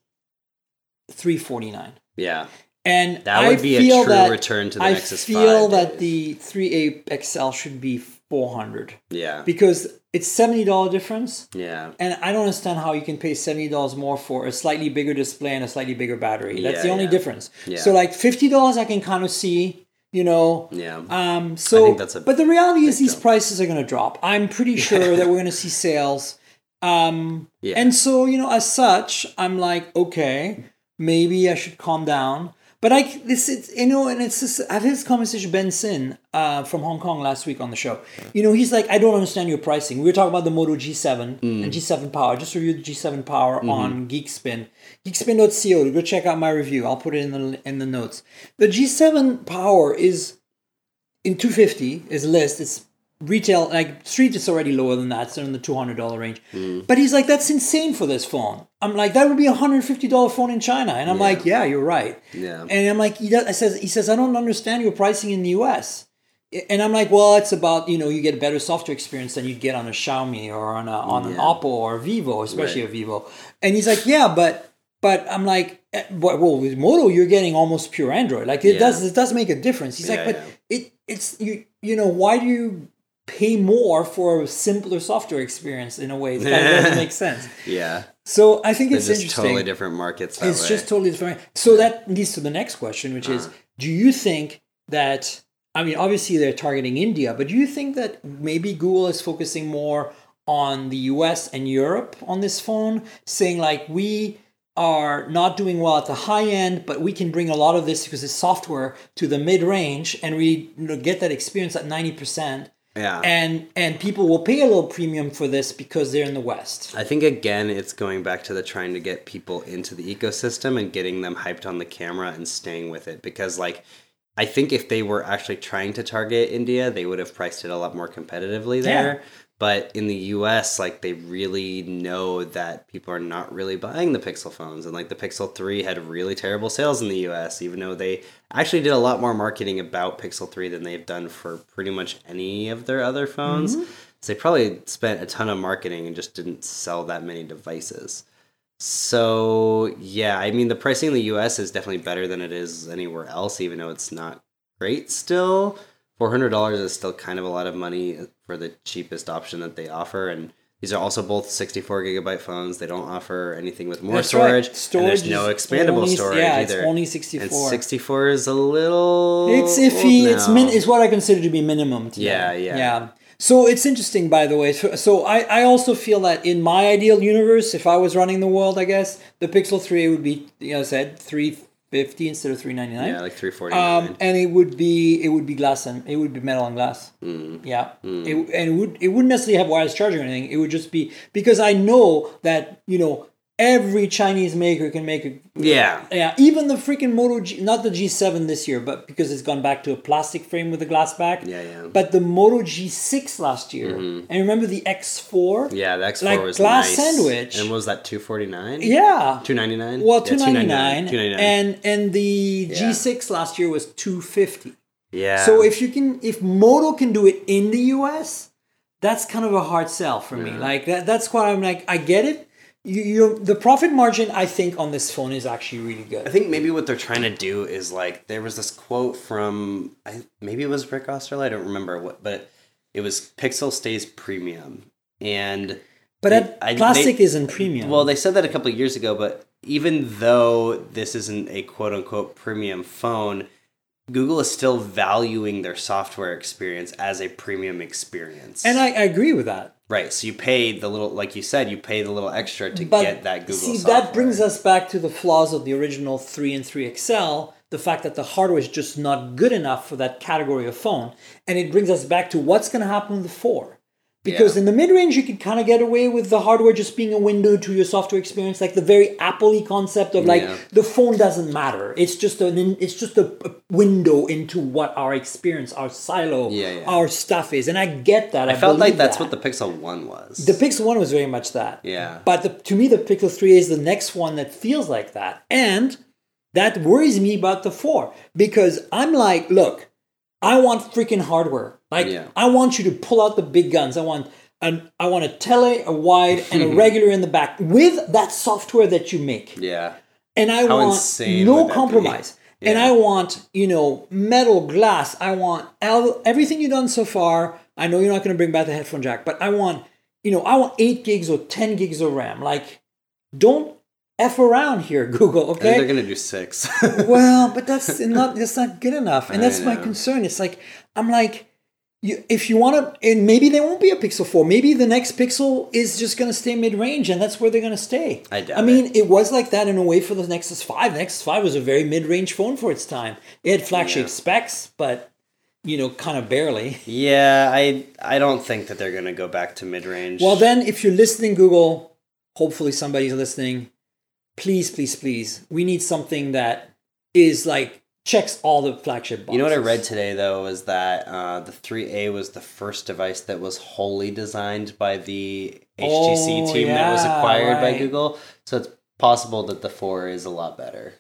three forty nine.
Yeah,
And
That
I
would be a
feel
true
that
return to the
I
Nexus
feel
5
that
days.
the three A XL should be four hundred
yeah,
because it's seventy dollar difference.
yeah.
And I don't understand how you can pay seventy dollars more for a slightly bigger display and a slightly bigger battery. That's
Yeah,
the only
yeah.
difference.
Yeah.
So like fifty dollars, I can kind of see, you know.
Yeah.
Um. So,
think that's a
but the reality is these
jump.
prices are going to drop. I'm pretty sure that we're going to see sales. Um.
Yeah.
And so you know, as such, I'm like, okay, maybe I should calm down. But I c- this is you know, and it's just I've had this conversation with Ben Sin uh, from Hong Kong last week on the show. You know, he's like, I don't understand your pricing. We were talking about the Moto G7 and G7 Power. I just reviewed the G7 Power on Geekspin, Geekspin.co. Go check out my review. I'll put it in the in the notes. The G7 Power is in 250 is list. It's retail like street is already lower than that, so in the two hundred dollar range. But he's like, that's insane for this phone. I'm like, that would be a hundred fifty dollar phone in China, and I'm like, yeah, you're right.
Yeah.
And I'm like, he does, I says, he says, I don't understand your pricing in the U.S. And I'm like, well, it's about you know you get a better software experience than you'd get on a Xiaomi or on a, on an Oppo or Vivo, especially
Right.
a Vivo. And he's like, yeah, but but I'm like, eh, but- well, with Moto you're getting almost pure Android. Like it
Yeah.
does it does make a difference. He's like,
Yeah,
but
yeah.
it it's you you know why do you pay more for a simpler software experience in a way that doesn't make sense.
Yeah,
So I think
they're
it's
just
interesting.
totally different markets. That
It's
way.
just totally different. So that leads to the next question, which is: Do you think that? I mean, obviously they're targeting India, but do you think that maybe Google is focusing more on the U.S. and Europe on this phone, saying like we are not doing well at the high end, but we can bring a lot of this because it's software to the mid range, and we you know, get that experience at ninety percent.
Yeah.
and and people will pay a little premium for this because they're in the West.
I think again, it's going back to the trying to get people into the ecosystem and getting them hyped on the camera and staying with it. Because like, I think if they were actually trying to target India, they would have priced it a lot more competitively there.
Yeah.
But in the U.S., like they really know that people are not really buying the Pixel phones, and like the Pixel Three had really terrible sales in the U.S., even though they actually did a lot more marketing about Pixel Three than they've done for pretty much any of their other phones. So they probably spent a ton of marketing and just didn't sell that many devices. So yeah, I mean the pricing in the US is definitely better than it is anywhere else, even though it's not great still. Four hundred dollars is still kind of a lot of money for the cheapest option that they offer, and these are also both sixty-four gigabyte phones. They don't offer anything with more
That's right.
storage. and there's
Storage
no
is
expandable
only-
storage
yeah, it's
either.
only
and
64.
sixty-four is a little.
It's iffy.
old
It's min.
now.
It's what I consider to be minimum. today.
Yeah, yeah.
yeah. So it's interesting, by the way. So, so I, I also feel that in my ideal universe, if I was running the world, I guess the Pixel Three would be, you know, I said three fifty instead of three ninety nine.
yeah, like three forty.
Um, and it would be it would be glass and it would be metal and glass.
Hmm.
Yeah, It, and it would it wouldn't necessarily have wireless charging or anything. It would just be because I know that you know every Chinese maker can make a
yeah,
yeah, even the freaking Moto G, not the G7 this year, but because it's gone back to a plastic frame with a glass back.
Yeah, yeah. Mm-hmm.
But the Moto G6 last year, and remember the X4?
yeah. The X four
like
was
glass
nice.
sandwich.
And what was that two forty-nine?
Yeah.
Two ninety nine.
Well, 299,
Two ninety nine.
and and the G6 last year was 250.
yeah.
So if you can, if Moto can do it in the US, that's kind of a hard sell for me. Like that, that's why I'm like, I get it. You, you, the profit margin, I think, on this phone is actually really good.
I think maybe what they're trying to do is like there was this quote from I maybe it was Rick Osterle, I don't remember what, but it was Pixel stays premium. And
But
They-
that
I-
plastic
they-
isn't premium.
well, they said that a couple of years ago, but even though this isn't a quote unquote premium phone, Google is still valuing their software experience as a premium experience.
and I, I agree with that.
right, so you pay the little like you said, you pay the little extra to
But
get that Google
see, that
software.
brings us back to the flaws of the original three and three XL. The fact that the hardware is just not good enough for that category of phone, and it brings us back to what's going to happen with the four. Because
Yeah.
in the mid range, you can kind of get away with the hardware just being a window to your software experience, like the very Apple concept of like
Yeah.
the phone doesn't matter. It's just an in- it's just a a window into what our experience, our silo,
Yeah, yeah.
our stuff is, and I get that. I,
I felt like
believe
that's
that.
what the Pixel One was.
The Pixel 1 was very much that.
Yeah.
But the, to me, the Pixel 3 is the next one that feels like that. And that worries me about the 4 because I'm like, look, I want freaking hardware. Like,
Yeah.
I want you to pull out the big guns. I want. An, I want a tele, a wide, and a regular in the back with that software that you make
yeah.
and I want
insane would
no
that
compromise. And I want, you know, metal, glass. I want el- everything you've done so far. I know you're not going to bring back the headphone jack, but I want, you know, I want eight gigs or ten gigs of RAM. Like, don't f around here, Google.
I think
Okay.
They're gonna do six.
well, but that's not that's not good enough, and
I
that's my
know.
concern. It's like I'm like, you, if you want to, and maybe there won't be a Pixel Four. Maybe the next Pixel is just going to stay mid range, and that's where they're going to stay.
I doubt
I mean, it. was like that in a way for the Nexus Five. The Nexus Five was a very mid range phone for its time. It had flagship specs, but you know, kind of barely.
yeah, I I don't think that they're gonna go back to mid range.
Well, then, if you're listening, Google, hopefully somebody's listening. Please, please, please, we need something that is like checks all the flagship boxes.
you know what I read today though is that uh, the three A was the first device that was wholly designed by the HTC
Oh,
team that was
yeah,
acquired by
right.
Google. So it's possible that the four is a lot better.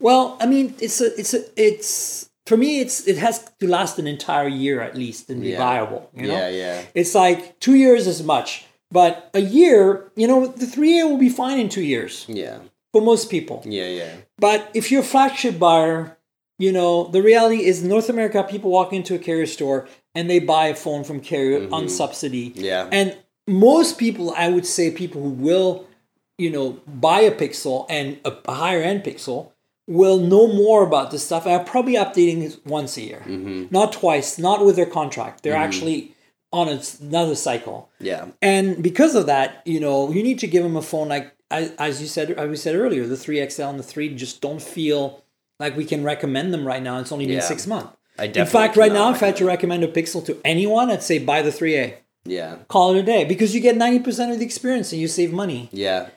Well, I mean, it's a, it's a, it's for me, it's it has to last an entire year at least and be
Yeah.
viable. You know?
Yeah, yeah.
It's like two years is much, but a year, you know, the three A will be fine in two years
Yeah.
for most people.
Yeah, yeah.
But if you're a flagship buyer, you know, the reality is North America, people walk into a carrier store and they buy a phone from carrier on subsidy.
Yeah.
And most people, I would say people who will, you know, buy a Pixel and a higher end Pixel will know more about this stuff and are probably updating it once a year. Not twice, not with their contract. They're actually on a- another cycle.
Yeah.
And because of that, you know, you need to give them a phone like as, as you said, as we said earlier, the three XL and the three just don't feel like we can recommend them right now. It's only been
Yeah.
six months.
I definitely.
In fact, right
cannot
now, if I had to
recommend
recommend a Pixel to anyone, I'd say buy the 3A.
it. Yeah.
Call it a day because you get 90% of the experience and you save money.
Yeah.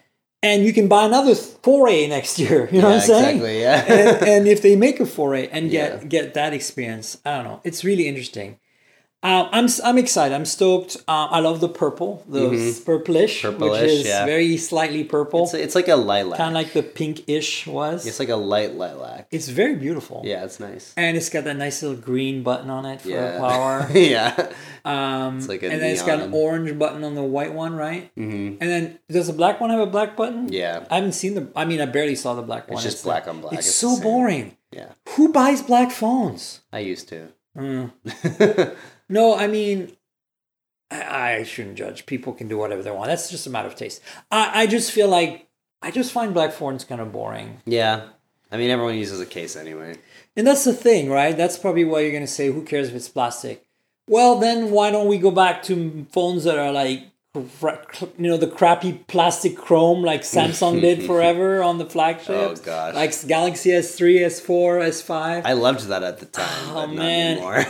And you can buy another 4A next year. You know
yeah
what I'm saying?
exactly. Yeah.
and, and if they make a foray and get
Yeah.
get that experience, I don't know. It's really interesting. Uh, I'm s- I'm excited. I'm stoked. Uh, I love the purple, the s- purplish, which
Mm-hmm. Purplish,
is
yeah.
very slightly purple,
it's, it's like a lilac.
kind of like the pinkish was.
it's like a light lilac.
It's very beautiful.
yeah, it's nice.
And it's got that nice little green button on it for
Yeah.
power.
yeah.
Um,
like a
and then it's got an
neon.
orange button on the white one, right? Mm-hmm. And then does the black one have a black button?
Yeah.
I haven't seen the. I mean, I barely saw the black one.
just
the-
black on black.
It's,
It's the
so
same.
boring.
Yeah.
Who buys black phones?
I used to.
No, I mean, I, I shouldn't judge. People can do whatever they want. That's just a matter of taste. I, I just feel like I just find black phones kind of boring,
Yeah. I mean, everyone uses a case anyway.
and that's the thing, right? That's probably why you're gonna say, "Who cares if it's plastic?" Well, then why don't we go back to phones that are like, cra- you know, the crappy plastic chrome like Samsung did forever on the flagship?
Oh, gosh.
like Galaxy S3, S4, S5.
I loved that at the time. but not
Oh, man.
Anymore.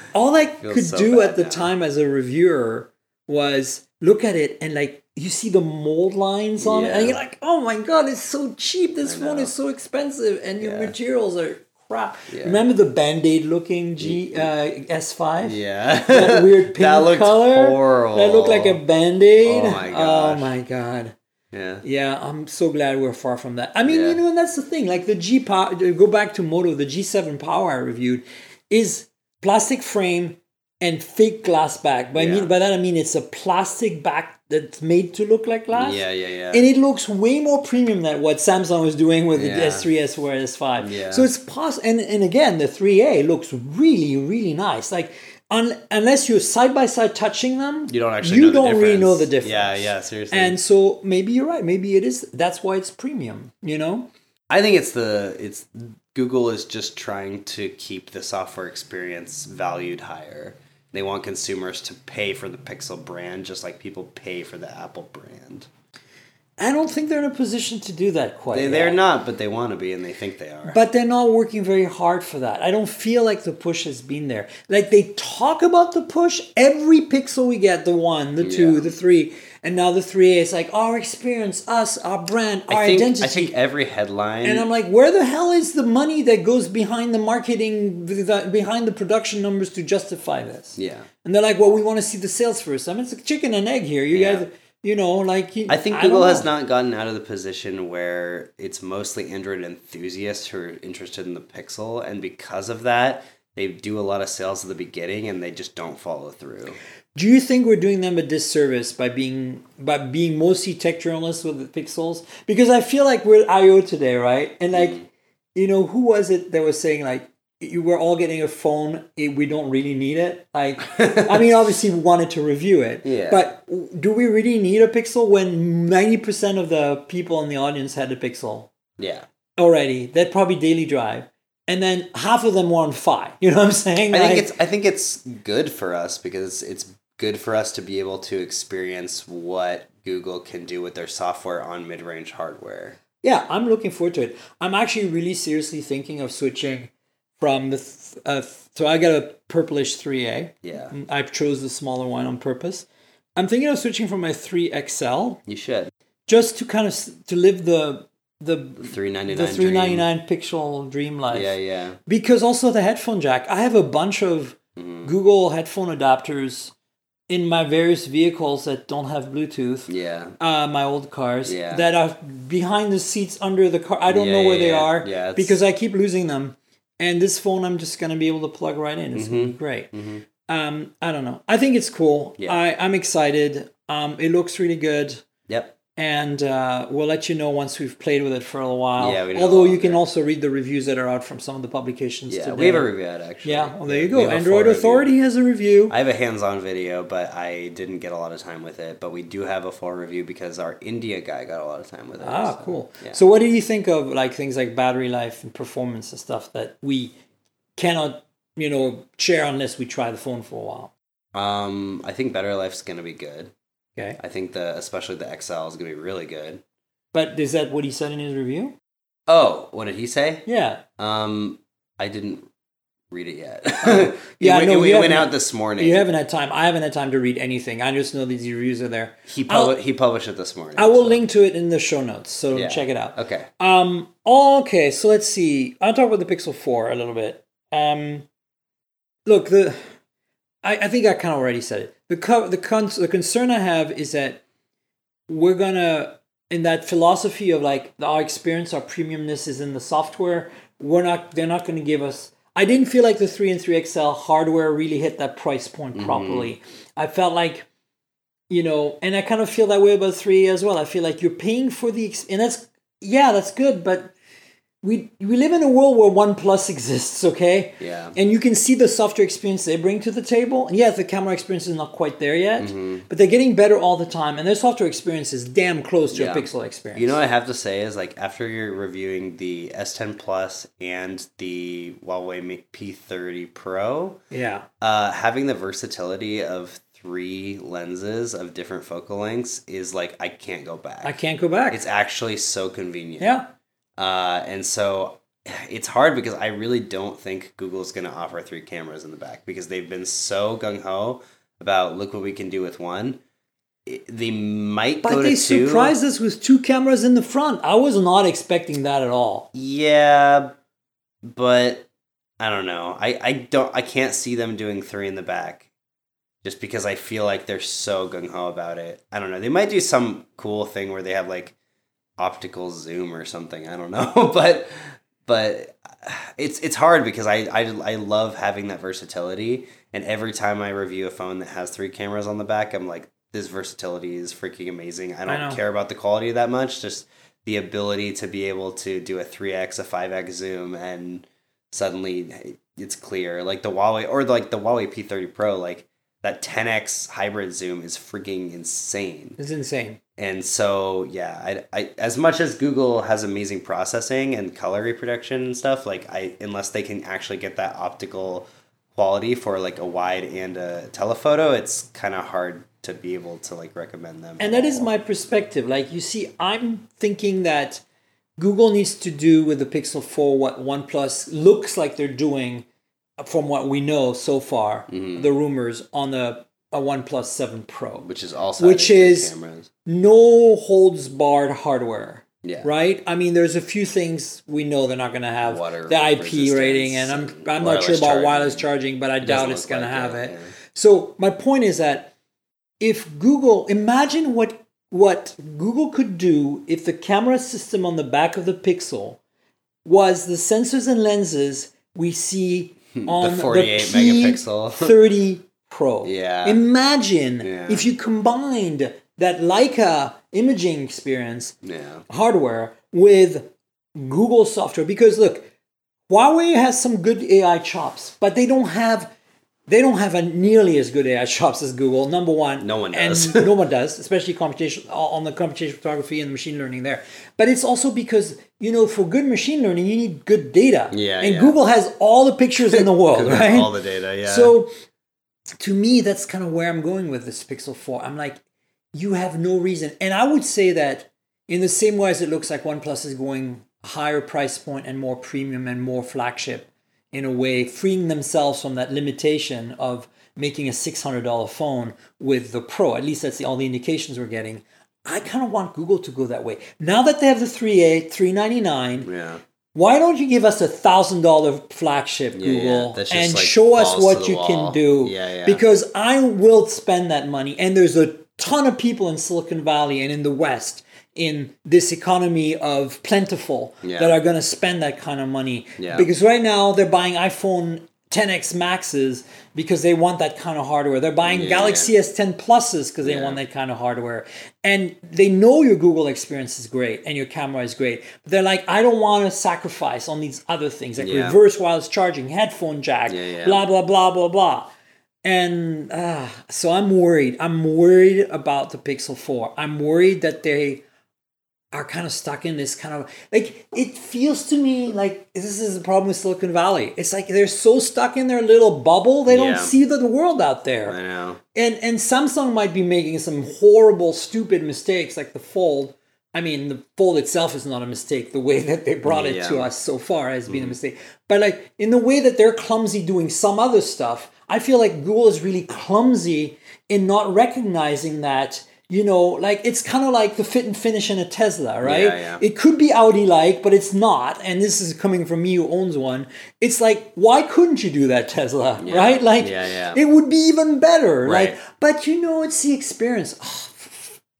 all I could
so
do
bad
at the
now.
time as a reviewer was look at it and like you see the mold lines on it, and
Yeah.
you're like, oh my god, it's so cheap. This
I
phone
know.
is so expensive, and your
Yeah.
materials are crap.
Yeah.
Remember the band aid looking G uh, S five?
yeah.
That weird pink
that looked
color
horrible.
that looked like a band aid.
Oh my
Oh
gosh.
my god!
Yeah.
Yeah, I'm so glad we're far from that. I mean,
Yeah.
you know, and that's the thing. Like the G power, go back to Moto, the G7 Power I reviewed is plastic frame and fake glass back. But I mean,
Yeah.
by that I mean it's a plastic back that's made to look like glass.
Yeah, yeah, yeah.
And it looks way more premium than what Samsung was doing with the
Yeah.
S3, S4, S5.
Yeah.
So it's possible. And, and again, the 3A looks really, really nice. Like, un- unless you're side by side touching them,
You don't actually
you
know the
don't really know the difference.
difference. Yeah, yeah, seriously.
And so maybe you're right. Maybe it is. That's why it's premium. You know.
I think it's the it's Google is just trying to keep the software experience valued higher. They want consumers to pay for the Pixel brand just like people pay for the Apple brand.
I don't think they're in a position to do that quite.
They,
yet.
They're not, but they want to be, and they think they are.
But they're not working very hard for that. I don't feel like the push has been there. Like they talk about the push every pixel we get, the one, the two,
Yeah.
the three, and now the three A. It's like our experience, us, our brand, our
I think
identity.
I think every headline
and I'm like, where the hell is the money that goes behind the marketing, behind the production numbers to justify this?
yeah.
And they're like, well, we want to see the sales first. I mean, it's a chicken and egg here. You
Yeah.
guys, you know, like. you-
I think
don't
Google has
know.
not gotten out of the position where it's mostly Android enthusiasts who are interested in the Pixel, and because of that, they do a lot of sales at the beginning, and they just don't follow through.
Do you think we're doing them a disservice by being by being mostly tech journalists with the pixels? Because I feel like we're at I/O today, right? And like, you know, who was it that was saying like, you were all getting a phone. eh, We don't really need it. Like, I mean, obviously we wanted to review it.
Yeah.
But w- do we really need a pixel when ninety percent of the people in the audience had a pixel?
Yeah.
already that probably daily drive and then half of them were on fi you know what i'm saying
I think
Like,
it's I think it's good for us because it's good for us to be able to experience what Google can do with their software on mid-range hardware.
yeah i'm looking forward to it i'm actually really seriously thinking of switching from the th- uh, th- so i got a purplish 3a
Yeah.
i chose the smaller one on purpose i'm thinking of switching from my 3xl
You should.
just to kind of s- to live the the
399
the
dream.
399 pixel dream life
Yeah, yeah.
because also the headphone jack i have a bunch of
Mm.
google headphone adapters in my various vehicles that don't have bluetooth
Yeah.
uh, my old cars
Yeah.
that are behind the seats under the car i don't
Yeah,
know where
yeah,
they
yeah.
are
Yeah, it's-
because i keep losing them and this phone i'm just going to be able to plug right in it's gonna be great um, i don't know i think it's cool
Mm-hmm. Yeah.
I, i'm excited um, it looks really good
Yep.
and uh, we'll let you know once we've played with it for a little while.
Yeah, we know
Although
how
you
long
can
they're-
also read the reviews that are out from some of the publications
Yeah.
today.
We have a review out actually.
Yeah, well, there you
We
go.
have a
Android
full review.
Authority has a review.
I have a hands-on video, but I didn't get a lot of time with it. But we do have a full review because our India guy got a lot of time with it.
ah,
so,
cool.
Yeah.
So, what do you think of like things like battery life and performance and stuff that we cannot, you know, share unless we try the phone for a while?
um, I think Better Life's gonna be good.
Okay,
I think the especially the XL is gonna be really good.
but is that what he said in his review?
Oh, what did he say?
Yeah,
Um, I didn't read it yet. it yeah, went,
Oh. no,
it
you
went
haven't-
out this morning.
You haven't had time. I haven't had time to read anything. I just know these reviews are there.
He
I'll-
pub- he published it this morning.
I will
so-
link to it in the show notes, so
Yeah.
check it out.
Okay.
Um. Okay. So let's see. I'll talk about the Pixel Four a little bit. Um. Look, the I, I think I kind of already said it. The co- the con- the concern I have is that we're gonna in that philosophy of like our experience, our premiumness is in the software. We're not. They're not going to give us. I didn't feel like the three and three XL hardware really hit that price point properly. I felt like you know, and I kind of feel that way about three as well. I feel like you're paying for the ex- and that's yeah, that's good, but we we live in a world where OnePlus exists, okay?
Yeah.
And you can see the software experience they bring to the table. And yeah, the camera experience is not quite there yet,
Mm-hmm.
but they're getting better all the time, and their software experience is damn close to
Yeah.
a Pixel experience.
You know what I have to say is like after you're reviewing the S10 Plus and the Huawei Mi- P30 Pro,
yeah,
uh, having the versatility of three lenses of different focal lengths is like I can't go back.
I can't go back.
It's actually so convenient.
yeah,
Uh, and so it's hard because I really don't think Google's going to offer three cameras in the back because they've been so gung ho about look what we can do with one. It- they might go
but
to
they
two.
surprised us with two cameras in the front. I was not expecting that at all.
Yeah, but I don't know. I, I don't I can't see them doing three in the back. Just because I feel like they're so gung ho about it. I don't know. They might do some cool thing where they have like optical zoom or something. I don't know. but but uh, it's it's hard because I, I I love having that versatility and every time I review a phone that has three cameras on the back, I'm like, this versatility is freaking amazing. I don't
know.
care about the quality that much, just the ability to be able to do a 3x, a 5x zoom and suddenly it's clear. Like the Huawei or like the Huawei P30 Pro, like that 10x hybrid zoom is freaking insane.
It's insane.
And so, yeah, I, I as much as Google has amazing processing and color reproduction and stuff, like I unless they can actually get that optical quality for like a wide and a telephoto, it's kind of hard to be able to like recommend them.
and that is my perspective like you see i'm thinking that google needs to do with the pixel 4 what oneplus looks like they're doing uh, from what we know so far
Mm-hmm.
the rumors on the a oneplus 7 pro
which is also
Which
having three
is-
cameras.
no holds barred hardware
Yeah.
right i mean there's a few things we know they're not going to have
Water
the ip rating and
resistance
i'm
and
i'm not sure
wireless
about
charging.
wireless charging but i doubt
doesn't
it's
look
going
like
to have
it,
it
yeah.
so my point is that if Google, imagine what what Google could do if the camera system on the back of the Pixel was the sensors and lenses we see on the
48 Hmm, megapixel.
30 Pro.
Yeah.
Imagine
Yeah.
if you combined that Leica imaging experience
Yeah.
hardware with Google software because look, Huawei has some good AI chops, but they don't have they don't have a nearly as good AI chops as Google. Number one,
No one
and
does.
no one does, especially computation on the computational photography and machine learning there. But it's also because you know for good machine learning you need good data,
Yeah,
and
yeah.
Google has all the pictures in the world,
Google has
right?
All the data, yeah.
So to me, that's kind of where I'm going with this Pixel 4. I'm like, you have no reason. And I would say that in the same way as it looks like OnePlus is going higher price point and more premium and more flagship in a way, freeing themselves from that limitation of making a $600 phone with the Pro. At least that's the, all the indications we're getting. I kind of want Google to go that way. Now that they have the 3A, 399,
yeah.
why don't you give us a thousand dollar flagship
yeah.
Google
That's just
and
like
show us
balls to
what
the
you
wall.
can do?
Yeah, yeah.
Because I will spend that money, and there's a ton of people in Silicon Valley and in the West in this economy of plentiful
Yeah.
that are going to spend that kind of money.
Yeah.
Because right now they're buying iPhone 10x Maxes because they want that kind of hardware. They're buying
Yeah,
Galaxy
yeah.
S10 Pluses because they
Yeah.
want that kind of hardware. And they know your Google experience is great and your camera is great. But they're like, I don't want to sacrifice on these other things like
Yeah.
reverse wireless charging, headphone jack,
yeah.
blah, blah, blah, blah, blah. And uh, so I'm worried. I'm worried about the Pixel 4. I'm worried that they are kind of stuck in this kind of like it feels to me like this is the problem with Silicon Valley. It's like they're so stuck in their little bubble they don't
Yeah.
see the, the world out
I
there.
know.
And and Samsung might be making some horrible, stupid mistakes like the fold I mean, the fold itself is not a mistake. The way that they brought it to
Yeah. Mm-hmm.
us so far has been a mistake. But like in the way that they're clumsy doing some other stuff, I feel like Google is really clumsy in not recognizing that. You know, like it's kind of like the fit and finish in a Tesla, right?
Yeah, yeah.
It could be Audi like, but it's not. And this is coming from me who owns one. It's like, why couldn't you do that, Tesla? Right? Like,
Yeah, yeah.
it would be even better. Like,
Right.
but you know, it's the experience. Oh,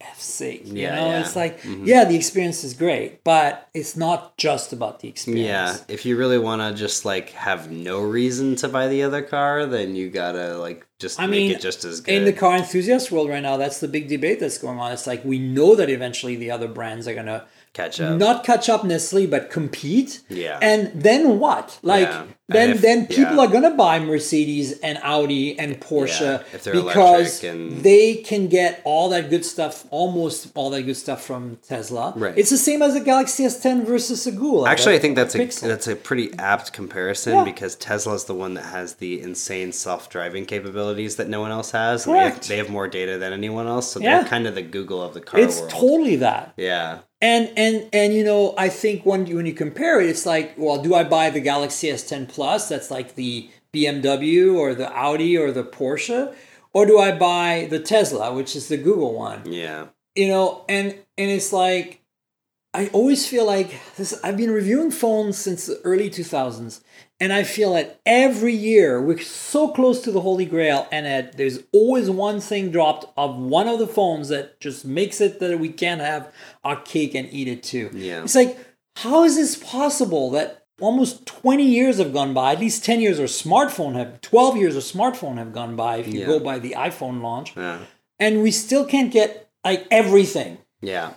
F's sake. You
Yeah,
know,
yeah. Mm-hmm.
it's like, yeah, the experience is great, but it's not just about the experience.
Yeah, if you really want to just like have no reason to buy the other car, then you gotta like just
I
make
mean,
it just as good.
in the car enthusiast world right now, that's the big debate that's going on. It's like, we know that eventually the other brands are going to
catch up.
not catch up necessarily, but compete.
Yeah.
And then what? Like
Yeah.
then
And if-
then people
yeah.
are gonna buy Mercedes and Audi and Porsche
Yeah, if they're
because
electric and-
they can get all that good stuff, almost all that good stuff from Tesla.
Right.
It's the same as a Galaxy S10 versus a Google.
Actually, I think that's a
Pixel.
that's a pretty apt comparison
Yeah.
because Tesla's the one that has the insane self driving capabilities that no one else has. and They,
Correct.
have, they have more data than anyone else, so
Yeah.
they're kind of the Google of the car
it's
world.
totally that.
yeah,
And and and you know, I think when you, when you compare it, it's like, well, do I buy the Galaxy S10 Plus? That's like the BMW or the Audi or the Porsche, or do I buy the Tesla, which is the Google one?
yeah,
You know, and and it's like, I always feel like this. I've been reviewing phones since the early two thousands, and I feel that every year we're so close to the holy grail, and that there's always one thing dropped of one of the phones that just makes it that we can't have our cake and eat it too.
Yeah.
It's like, how is this possible that almost 20 years have gone by, at least 10 years or smartphone have, 12 years of smartphone have gone by if you
Yeah.
go by the iPhone launch,
yeah,
and we still can't get like everything.
yeah.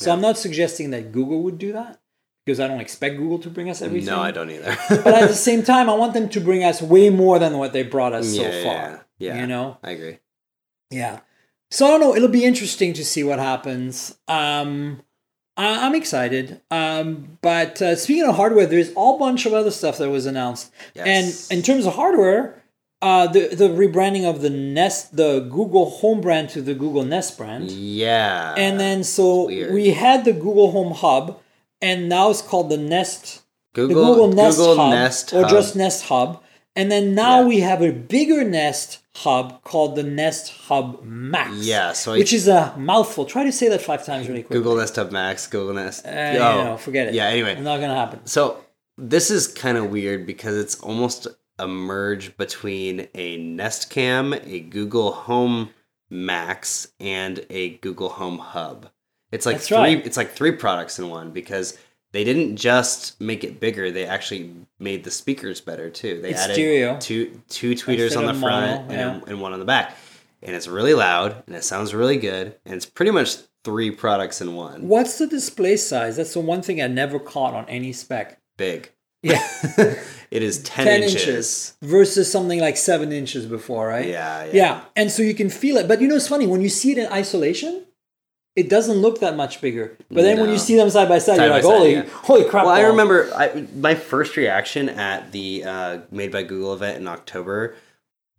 So I'm not suggesting that Google would do that because I don't expect Google to bring us everything.
No, I don't either.
but at the same time, I want them to bring us way more than what they brought us so
Yeah,
far.
yeah, yeah.
You know?
I agree.
Yeah. So I don't know. It'll be interesting to see what happens. Um, I- I'm excited. Um, but uh, speaking of hardware, there's a whole bunch of other stuff that was announced.
Yes.
And in terms of hardware, uh, the the rebranding of the Nest, the Google Home brand to the Google Nest brand.
Yeah,
And then so
Uh, weird.
we had the Google Home Hub, and now it's called the Nest, the
Google
Google Nest
Google
Hub,
Nest
or
Hub.
just Nest Hub. And then now
Yeah.
we have a bigger Nest Hub called the Nest Hub Max.
Yeah, so I-
which is a mouthful. Try to say that five times really quick.
Google Nest Hub Max, Google Nest.
Uh,
oh,
no, no, forget it.
Yeah, anyway.
it's not gonna happen.
So this is kind of weird because it's almost a merge between a Nest Cam, a Google Home Max, and a Google Home Hub. It's like
That's
three.
right.
It's like three products in one because they didn't just make it bigger; they actually made the speakers better too. They
It's
added
stereo.
two two tweeters
Instead
on the
of
front
mono, yeah.
and, and one on the back, and it's really loud and it sounds really good and it's pretty much three products in one.
What's the display size? That's the one thing I never caught on any spec.
Big.
Yeah,
It is ten,
ten
inches.
inches versus something like seven inches before, right?
Yeah, yeah.
Yeah, and so you can feel it. But you know, it's funny when you see it in isolation, it doesn't look that much bigger. But then when you
No.
see them side by side,
Side
you're
by
like,
side,
holy,
yeah.
holy crap!
Well, I
Paul.
remember I, my first reaction at the uh, Made by Google event in October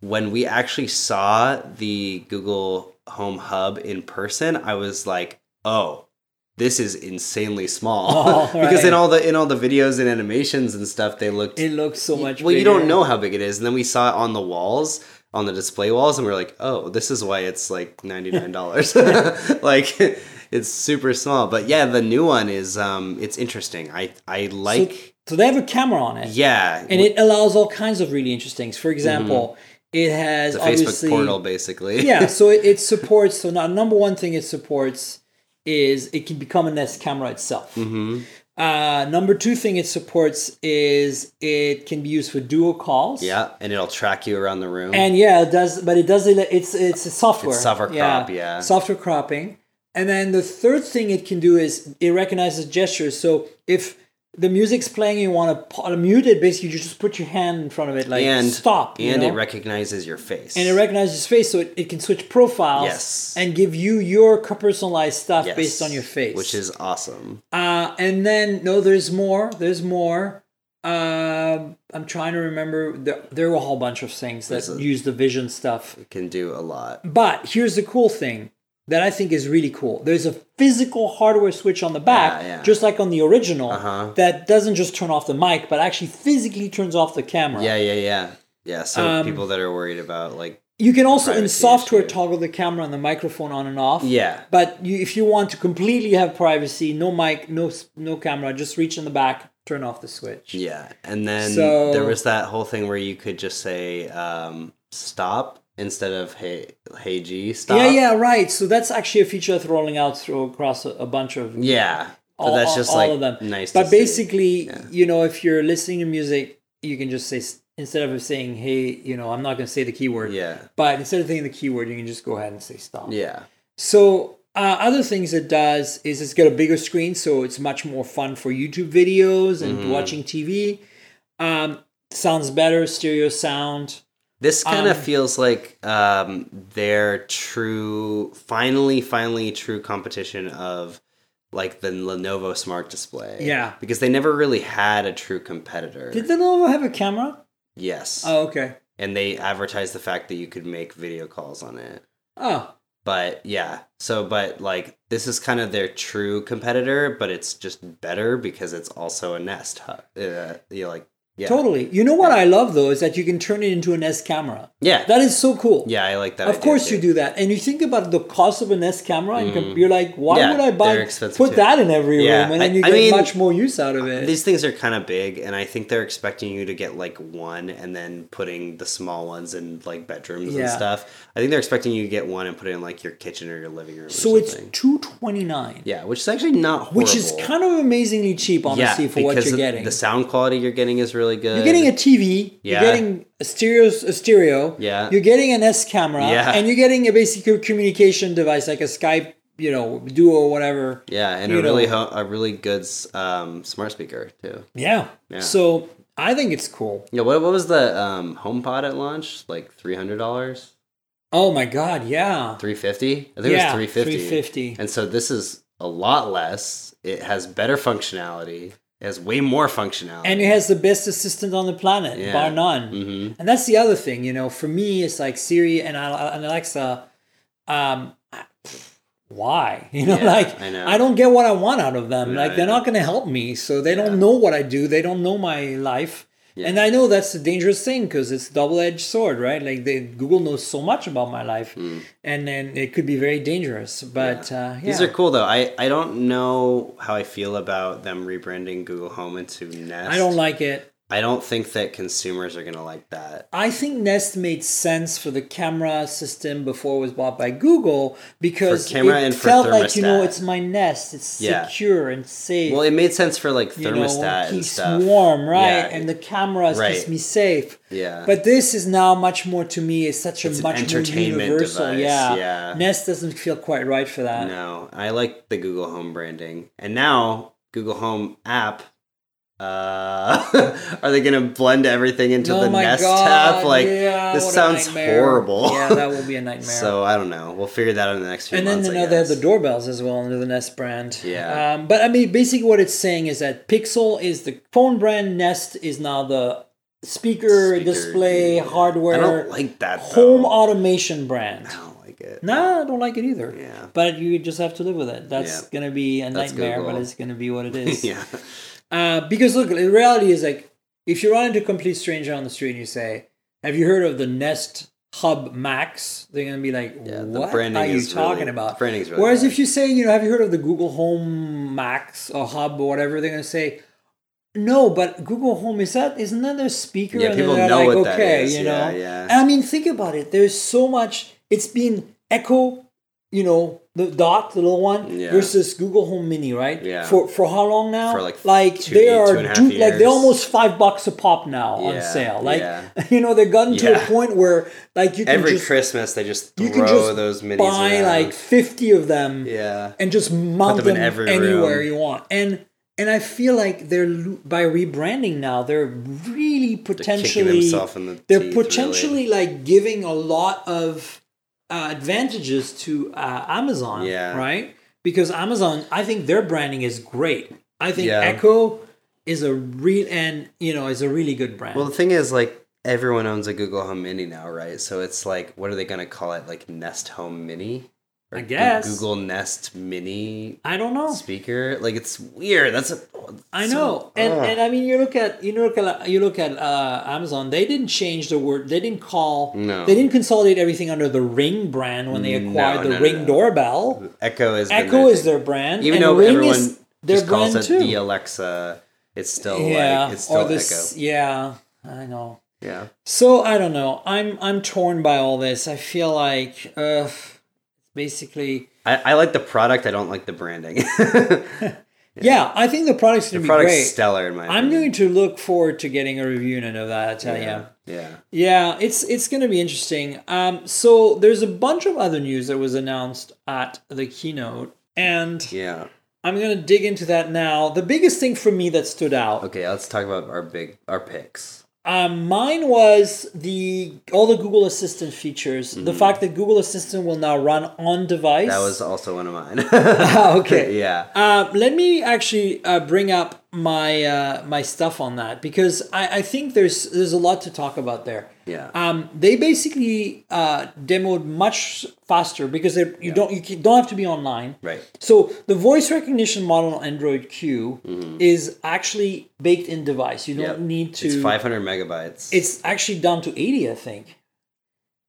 when we actually saw the Google Home Hub in person. I was like, "Oh, this is insanely small,"
Oh,
because
right.
in all the in all the videos and animations and stuff, they looked
it looks so much.
well. You don't
bigger.
know how big it is, and then we saw it on the walls. On the display walls, and we are like, "Oh, this is why it's like ninety nine dollars. like, it's super small." But yeah, the new one is um, it's interesting. I I like
So, so they have a camera on it,
yeah,
and it allows all kinds of really interesting things. For example, it has
Mm-hmm. the Facebook
obviously
portal basically.
yeah, so it, it supports. So now, number one thing it supports is it can become a Nest camera itself.
Mm-hmm.
Uh, number two thing it supports is it can be used for duo calls.
yeah, and it'll track you around the room.
And yeah, it does, but it does. It's it's a software.
It's software crop, yeah.
Software cropping, and then the third thing it can do is it recognizes gestures. So if the music's playing, and you want to mute it. Basically, you just put your hand in front of it, like
and
stop. you
and
know?
it recognizes your face.
and it recognizes face, so it, it can switch profiles
Yes.
and give you your co- personalized stuff
Yes,
based on your face,
which is awesome.
uh, and then no, there's more. There's more. Um I'm trying to remember. There, there were a whole bunch of things that
There's a-
use the vision stuff.
It can do a lot.
But here's the cool thing that I think is really cool. There's a physical hardware switch on the back,
Yeah, yeah. Uh-huh.
just like on the original, that doesn't just turn off the mic, but actually physically turns off the camera.
Yeah, yeah, yeah. Yeah, so
Um,
people that are worried about like
You can also in
Privacy
software
issue.
toggle the camera and the microphone on and off.
Yeah.
But you, if you want to completely have privacy, no mic, no s- no camera, just reach in the back, turn off the switch.
yeah. And then
So-
there was that whole thing where you could just say um stop instead of hey hey G stop.
Yeah, yeah, right. So that's actually a feature that's rolling out through across a, a bunch of
Yeah. But
all,
that's
all-
just
all
like
of them.
nice
But
to see.
basically, you know, if you're listening to music, you can just say s- instead of saying "Hey," you know, I'm not going to say the keyword.
Yeah.
But instead of saying the keyword, you can just go ahead and say stop.
Yeah.
So uh, other things it does is it's got a bigger screen, so it's much more fun for YouTube videos and
Mm-hmm.
watching TV. Um, sounds better, stereo sound.
This kind of
Um,
feels like um, their true, finally, finally true competition of like the Lenovo Smart Display.
Yeah.
because they never really had a true competitor.
Did the Lenovo have a camera?
yes,
Oh, okay.
and they advertised the fact that you could make video calls on it.
Oh,
But yeah, so but like this is kind of their true competitor, but it's just better because it's also a Nest Hub. Uh, you know, like yeah,
totally. You know what I love though is that you can turn it into an S camera.
yeah,
That is so cool.
yeah. I like that.
Of course you do that, and you think about the cost of an S camera, and you can- you're like, why
Mm. Yeah,
would I
they're
buy
expensive
put
too.
that in every
Yeah,
room, and then
I-
you
I
get
mean,
much more use out of it.
These things are kind of big, and I think they're expecting you to get like one, and then putting the small ones in like bedrooms and
Yeah.
stuff. I think they're expecting you to get one and put it in like your kitchen or your living room.
so
or
it's
something.
two twenty nine.
yeah, which is actually not horrible.
which is kind of amazingly cheap, honestly, for what
because
you're
the-
getting.
The sound quality you're getting is really good.
you're getting a TV,
Yeah.
you're getting a stereo, a stereo,
Yeah.
you're getting an S camera,
Yeah.
and you're getting a basic communication device like a Skype, you know, Duo, or whatever.
yeah, and
you
a really
know.
ho- a really good um, smart speaker too.
Yeah. So I think it's cool.
Yeah, what what was the um, HomePod at launch? Like three hundred dollars,
Oh my God, yeah.
three fifty. I think
Yeah,
it was three fifty.
$350.
And so this is a lot less. It has better functionality. It has way more functionality.
And it has the best assistant on the planet,
Yeah.
bar none.
Mhm.
And that's the other thing, you know, for me, it's like Siri and Al- uh, and Alexa. Um, I- why? You know,
Yeah,
like
I know.
don't get what I want out of them. like they're
I
not going to help me, so they don't know what I do. They don't know my life. And I know that's a dangerous thing because it's double-edged sword, right? Like they, Google knows so much about my life, and then it could be very dangerous. But yeah, uh, yeah.
Hmm. These are cool though. I, I don't know how I feel about them rebranding Google Home into Nest.
I don't like it.
I don't think that consumers are gonna like that.
I think Nest made sense for the camera system before it was bought by Google because
For camera
it
and for
felt like you know
thermostat.
it's my Nest, it's
Yeah.
secure and safe.
Well, it made sense for like
you know,
thermostat and
keeps
stuff.
warm, right?
Yeah.
and the camera keeps
Right.
me safe.
Yeah.
But this is now much more to me. It's such a
an
much more
entertainment
universal.
device,
Yeah.
yeah.
Nest doesn't feel quite right for that.
No, I like the Google Home branding. And now Google Home app. Uh, are they going to blend everything into
Oh
the
my
Nest
God,
app? Like
yeah,
this
what a
sounds
nightmare.
horrible.
Yeah, that will be a nightmare.
so I don't know. We'll figure that out in the next few
and then
months.
you
I
know they have the
guess.
doorbells as well under the Nest brand.
Yeah.
Um, but I mean, basically, what it's saying is that Pixel is the phone brand. Nest is now the speaker,
Speaker,
display,
yeah.
hardware.
I don't like that.
home
though.
automation brand.
I don't like it.
No, I don't like it either.
Yeah.
But you just have to live with it. That's
Yeah.
gonna be a
That's
nightmare, but
Google.
it's gonna be what it is.
yeah.
Uh, because look, the reality is like if you run into a complete stranger on the street and you say, "Have you heard of the Nest Hub Max?" They're gonna be like,
the
"What
branding
are you
is
talking
really-
about?"
branding's really
Whereas
bad.
if you say, "You know, have you heard of the Google Home Max or Hub or whatever?" They're gonna say. No, but Google Home is that isn't that their speaker?
Yeah,
And then
people
they're
know
like,
what that
okay,
is.
You know,
Yeah, yeah.
And I mean, think about it. There's so much. It's been Echo, you know, the dot, the little one,
Yeah.
versus Google Home Mini, right?
Yeah.
For for how long now?
For, like, two-
they
two
are
and a half
du- like they're
years.
almost five bucks a pop now on
Yeah,
sale. Like
yeah.
you know, they've gotten to a
Yeah.
point where like you can
Every
just
Christmas they just throw
you can just
those minis
buy
around.
like fifty of them
yeah.
and just mount
them in
them,
every
anywhere
room.
you want. And and I feel like they're lo- by rebranding now they're really potentially
themselves in the
they're
teeth, really.
potentially like giving a lot of uh, advantages to uh, Amazon,
Yeah.
right? Because Amazon, I think their branding is great. I think
Yeah.
Echo is a real and you know is a really good brand.
Well, the thing is, like, everyone owns a Google Home Mini now, right? So it's like, what are they going to call it? Like, Nest Home Mini? Or
I
Goo-
guess.
Google Nest Mini
I don't know.
speaker. Like it's weird. That's a, ah.
I know, and
Ugh.
and I mean, you look at you look at you look at uh, Amazon. They didn't change the word. They didn't call.
No.
They didn't consolidate everything under the Ring brand when they acquired
No,
the
no, no,
Ring
no.
doorbell.
Echo is been
Echo is
thing.
their brand,
even
and
though
Ring
everyone
is their
just calls
brand
it
too.
the Alexa. It's still
yeah,
like it's still
or this.
Echo.
Yeah, I know.
Yeah.
So I don't know. I'm I'm torn by all this. I feel like uh, basically.
I, I like the product. I don't like the branding.
Yeah. I think the product's gonna
the
be
product's
great.
stellar in my.
I'm
opinion.
going to look forward to getting a review note of that. I tell you.
Yeah.
Yeah, it's it's going to be interesting. Um, so there's a bunch of other news that was announced at the keynote, and
Yeah.
I'm going to dig into that now. The biggest thing for me that stood out,
Okay. Let's talk about our big our picks.
um, mine was the all the Google Assistant features. The fact that Google Assistant will now run on device.
Mm-hmm. That was also one of mine.
Ah, okay.
yeah.
Uh, let me actually uh, bring up my uh, my stuff on that because I, I think there's there's a lot to talk about there.
Yeah.
Um, they basically uh, demoed much faster because they, you don't you can- don't have to be online.
Right.
So the voice recognition model on Android Q is actually baked in device. You don't
Mm-hmm. Yep.
need to.
It's 500 megabytes.
It's actually down to eighty, I think.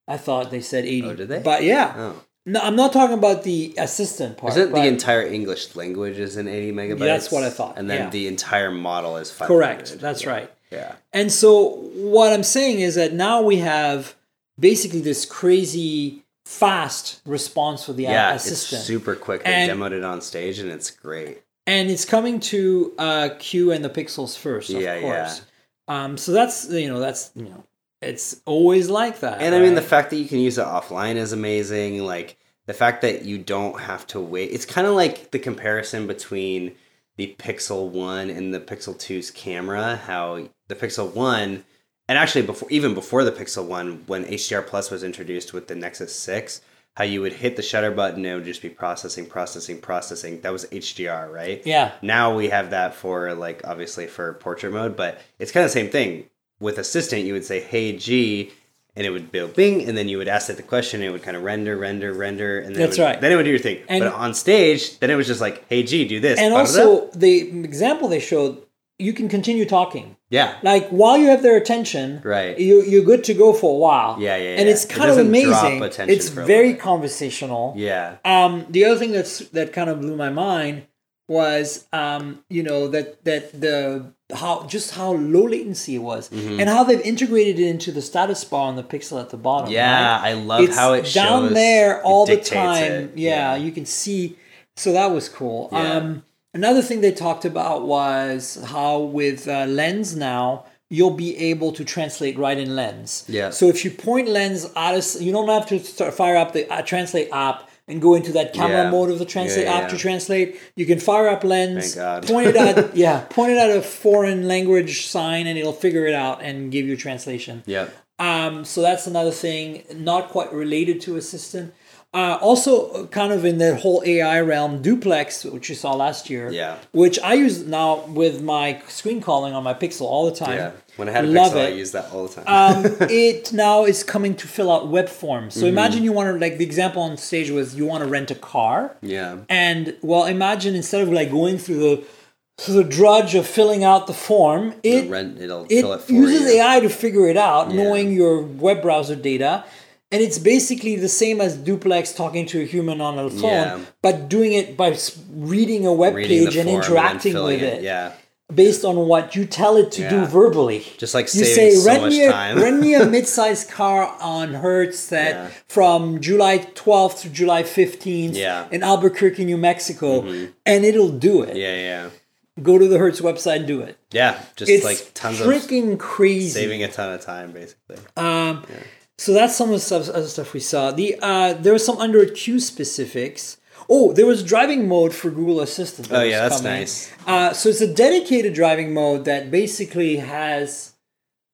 I thought they said eighty.
Oh, did they?
But yeah.
Oh.
No, I'm not talking about the assistant part.
Is it the
but-
entire English language is in 80 megabytes?
That's what I thought,
And then
yeah.
the entire model is 500.
Correct. That's right.
Yeah.
And so what I'm saying is that now we have basically this crazy fast response for the a-
Yeah.
assistant.
It's super quick. They
And-
demoed it on stage and it's great.
and it's coming to uh, Q and the Pixels first, of
Yeah,
course. Um, so that's you know that's you know it's always like that.
And I mean, the
right?
fact that you can use it offline is amazing. Like the fact that you don't have to wait. It's kind of like the comparison between the Pixel 1 and the Pixel 2's camera, how the Pixel 1 and actually before even before the Pixel 1 when HDR Plus was introduced with the Nexus 6, how you would hit the shutter button and it would just be processing, processing, processing. That was HDR, right?
yeah,
now we have that for like obviously for portrait mode but it's kind of the same thing with assistant you would say hey g and it would build bing and then you would ask it the question and it would kind of render render render and then it
That's
would-
right.
then it would do your thing
And-
but on stage then it was just like hey g do this
and
Ba-da-da.
also the example they showed, you can continue talking.
yeah
Like while you have their attention,
Right.
You you're good to go for a while.
Yeah, yeah,
And
yeah.
it's
It
kind of
doesn't drop
amazing.
attention
It's
for a
very
little bit.
conversational.
yeah
Um, the other thing that's that kind of blew my mind was um, you know that that the how just how low latency it was
Mm-hmm.
and how they've integrated it into the status bar on the pixel at the bottom.
yeah
right?
i love
it's
how it
down
shows-
there
it
all the
dictates
time.
it.
Yeah, you can see. So that was cool.
Yeah.
Um, another thing they talked about was how with uh, Lens now you'll be able to translate right in Lens.
Yeah.
So if you point Lens at us, you don't have to start fire up the uh, translate app and go into that camera
Yeah.
mode of the translate
Yeah, yeah,
app to
yeah.
translate. You can fire up Lens,
Thank God.
point it at yeah, point it at a foreign language sign, and it'll figure it out and give you a translation.
yep
Um, so that's another thing, not quite related to assistant. Uh, also, uh, kind of in the whole AI realm, Duplex, which you saw last year,
Yeah.
which I use now with my screen calling on my Pixel all the time.
yeah when i had a
Love
pixel i
it.
used that all the time
um, it now is coming to fill out web forms.
Mm-hmm.
So imagine you want to like the example on stage was you want to rent a car.
yeah
And well, imagine instead of like going through the through the drudge of filling out the form, it
rent it'll
it,
fill it for
uses
you
AI to figure it out, knowing your web browser data. And it's basically the same as duplex talking to a human on a phone,
Yeah.
but doing it by s- reading a web
reading the
page and
form then
interacting
filling
with it,
yeah
based on what you tell it to do
Yeah.
verbally.
just like
you
saving
say,
so
rent,
much
me a,
time
rent me a mid-sized car on Hertz that
Yeah.
from July 12th to July 15th
Yeah. Mm-hmm.
in Albuquerque, New Mexico, and it'll do it.
yeah yeah
Go to the Hertz website and do it.
Yeah, just
It's
like tons of
freaking crazy.
saving a ton of time, basically.
So that's some of the stuff, other stuff we saw. The uh, there was some under Q specifics. Oh, there was driving mode for Google Assistant. that
Oh,
was
yeah, that's
coming.
nice.
Uh, so it's a dedicated driving mode that basically has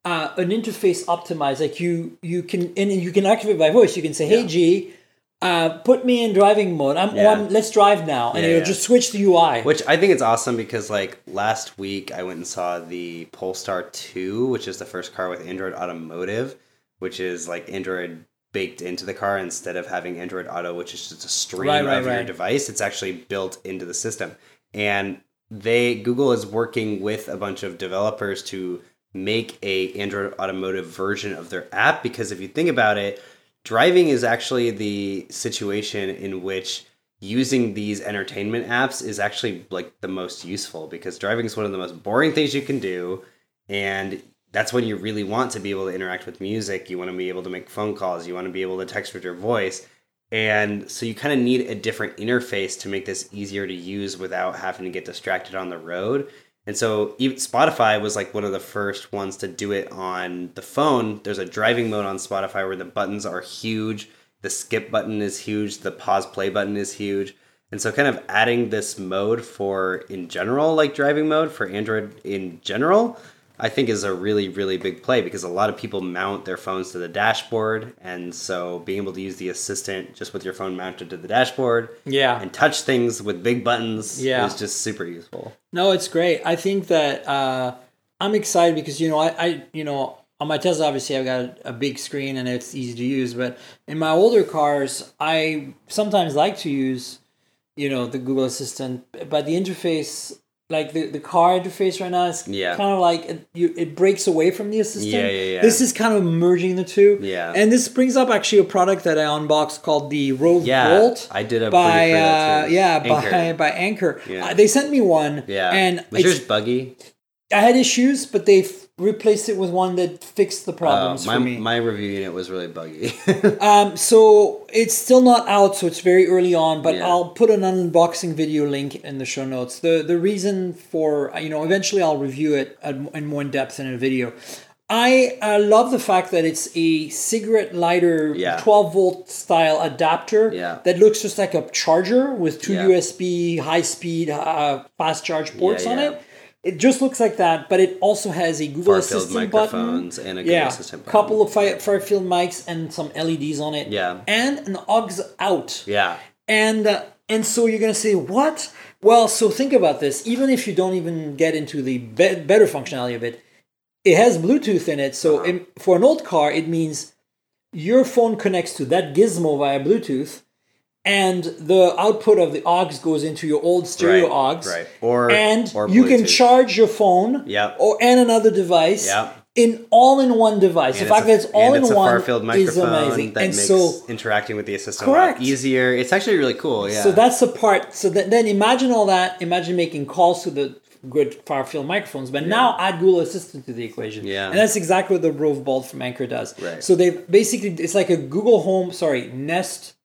uh, an interface optimized. Like you you can and you can activate by voice. You can say, "Hey G, uh, put me in driving mode. I'm,
Yeah.
I'm let's drive now," and
Yeah,
it'll
yeah.
just switch the UI.
Which I think it's awesome because like last week I went and saw the Polestar 2, which is the first car with Android Automotive, which is like Android baked into the car instead of having Android Auto, which is just a stream
Right, right,
of your
right.
device. It's actually built into the system. And they Google is working with a bunch of developers to make a Android automotive version of their app because if you think about it, driving is actually the situation in which using these entertainment apps is actually like the most useful because driving is one of the most boring things you can do and that's when you really want to be able to interact with music you want to be able to make phone calls you want to be able to text with your voice and so you kind of need a different interface to make this easier to use without having to get distracted on the road and so even spotify was like one of the first ones to do it on the phone there's a driving mode on spotify where the buttons are huge the skip button is huge the pause play button is huge and so kind of adding this mode for in general like driving mode for android in general I think is a really really big play because a lot of people mount their phones to the dashboard, and so being able to use the assistant just with your phone mounted to the dashboard
Yeah.
and touch things with big buttons
Yeah.
is just super useful.
No, it's great. I think that uh, I'm excited because you know I, I you know on my Tesla obviously I've got a, a big screen and it's easy to use, but in my older cars I sometimes like to use you know the Google Assistant, but the interface like the, the car interface right now is
Yeah.
kind of like it, you, it breaks away from the assistant.
Yeah, yeah, yeah.
This is kind of merging the two.
Yeah.
And this brings up actually a product that I unboxed called the Rove
Yeah,
Bolt.
I did a
by
brief for that
uh,
too.
yeah by
Anchor.
by Anchor.
Yeah.
Uh, they sent me one.
Yeah,
And
was
it's-
yours buggy?
I had issues, but they f- replaced it with one that fixed the
Uh,
problems
my
for me.
my review unit was really buggy.
um, so it's still not out, so it's very early on. But
Yeah.
I'll put an unboxing video link in the show notes. the The reason for uh, you know eventually I'll review it at, in more in depth in a video. I uh, love the fact that it's a cigarette lighter,
Yeah.
twelve volt style adapter
Yeah.
that looks just like a charger with two
Yeah.
USB high speed uh, fast charge ports on
yeah.
it. It just looks like that, but it also has a Google
Far-field
Assistant button.
microphones and a Google
Yeah,
Assistant button.
couple of fire, far field mics and some LEDs on it.
Yeah.
And an aux out.
yeah,
And uh, and so you're gonna say what? Well, so think about this. Even if you don't even get into the be- better functionality of it, it has Bluetooth in it.
Uh-huh.
So in- for an old car, it means your phone connects to that gizmo via Bluetooth, and the output of the aux goes into your old stereo
Right,
aux.
right. Or-
and
or
you can
Bluetooth.
charge your phone.
Yep.
Or and another device.
Yep.
In all in one device. the
And
fact that it's
a-
all
and
in
it's a
one
far-field
is
microphone
amazing.
that
and
makes
so
interacting with the assistant
Correct.
a lot easier. It's actually really cool. Yeah,
so that's the part. So that, then imagine all that. Imagine making calls to the good far field microphones, but now add Google Assistant to the equation.
Yeah.
And that's exactly what the Rove Bolt from Anchor does.
Right.
So they basically, it's like a Google Home, sorry, Nest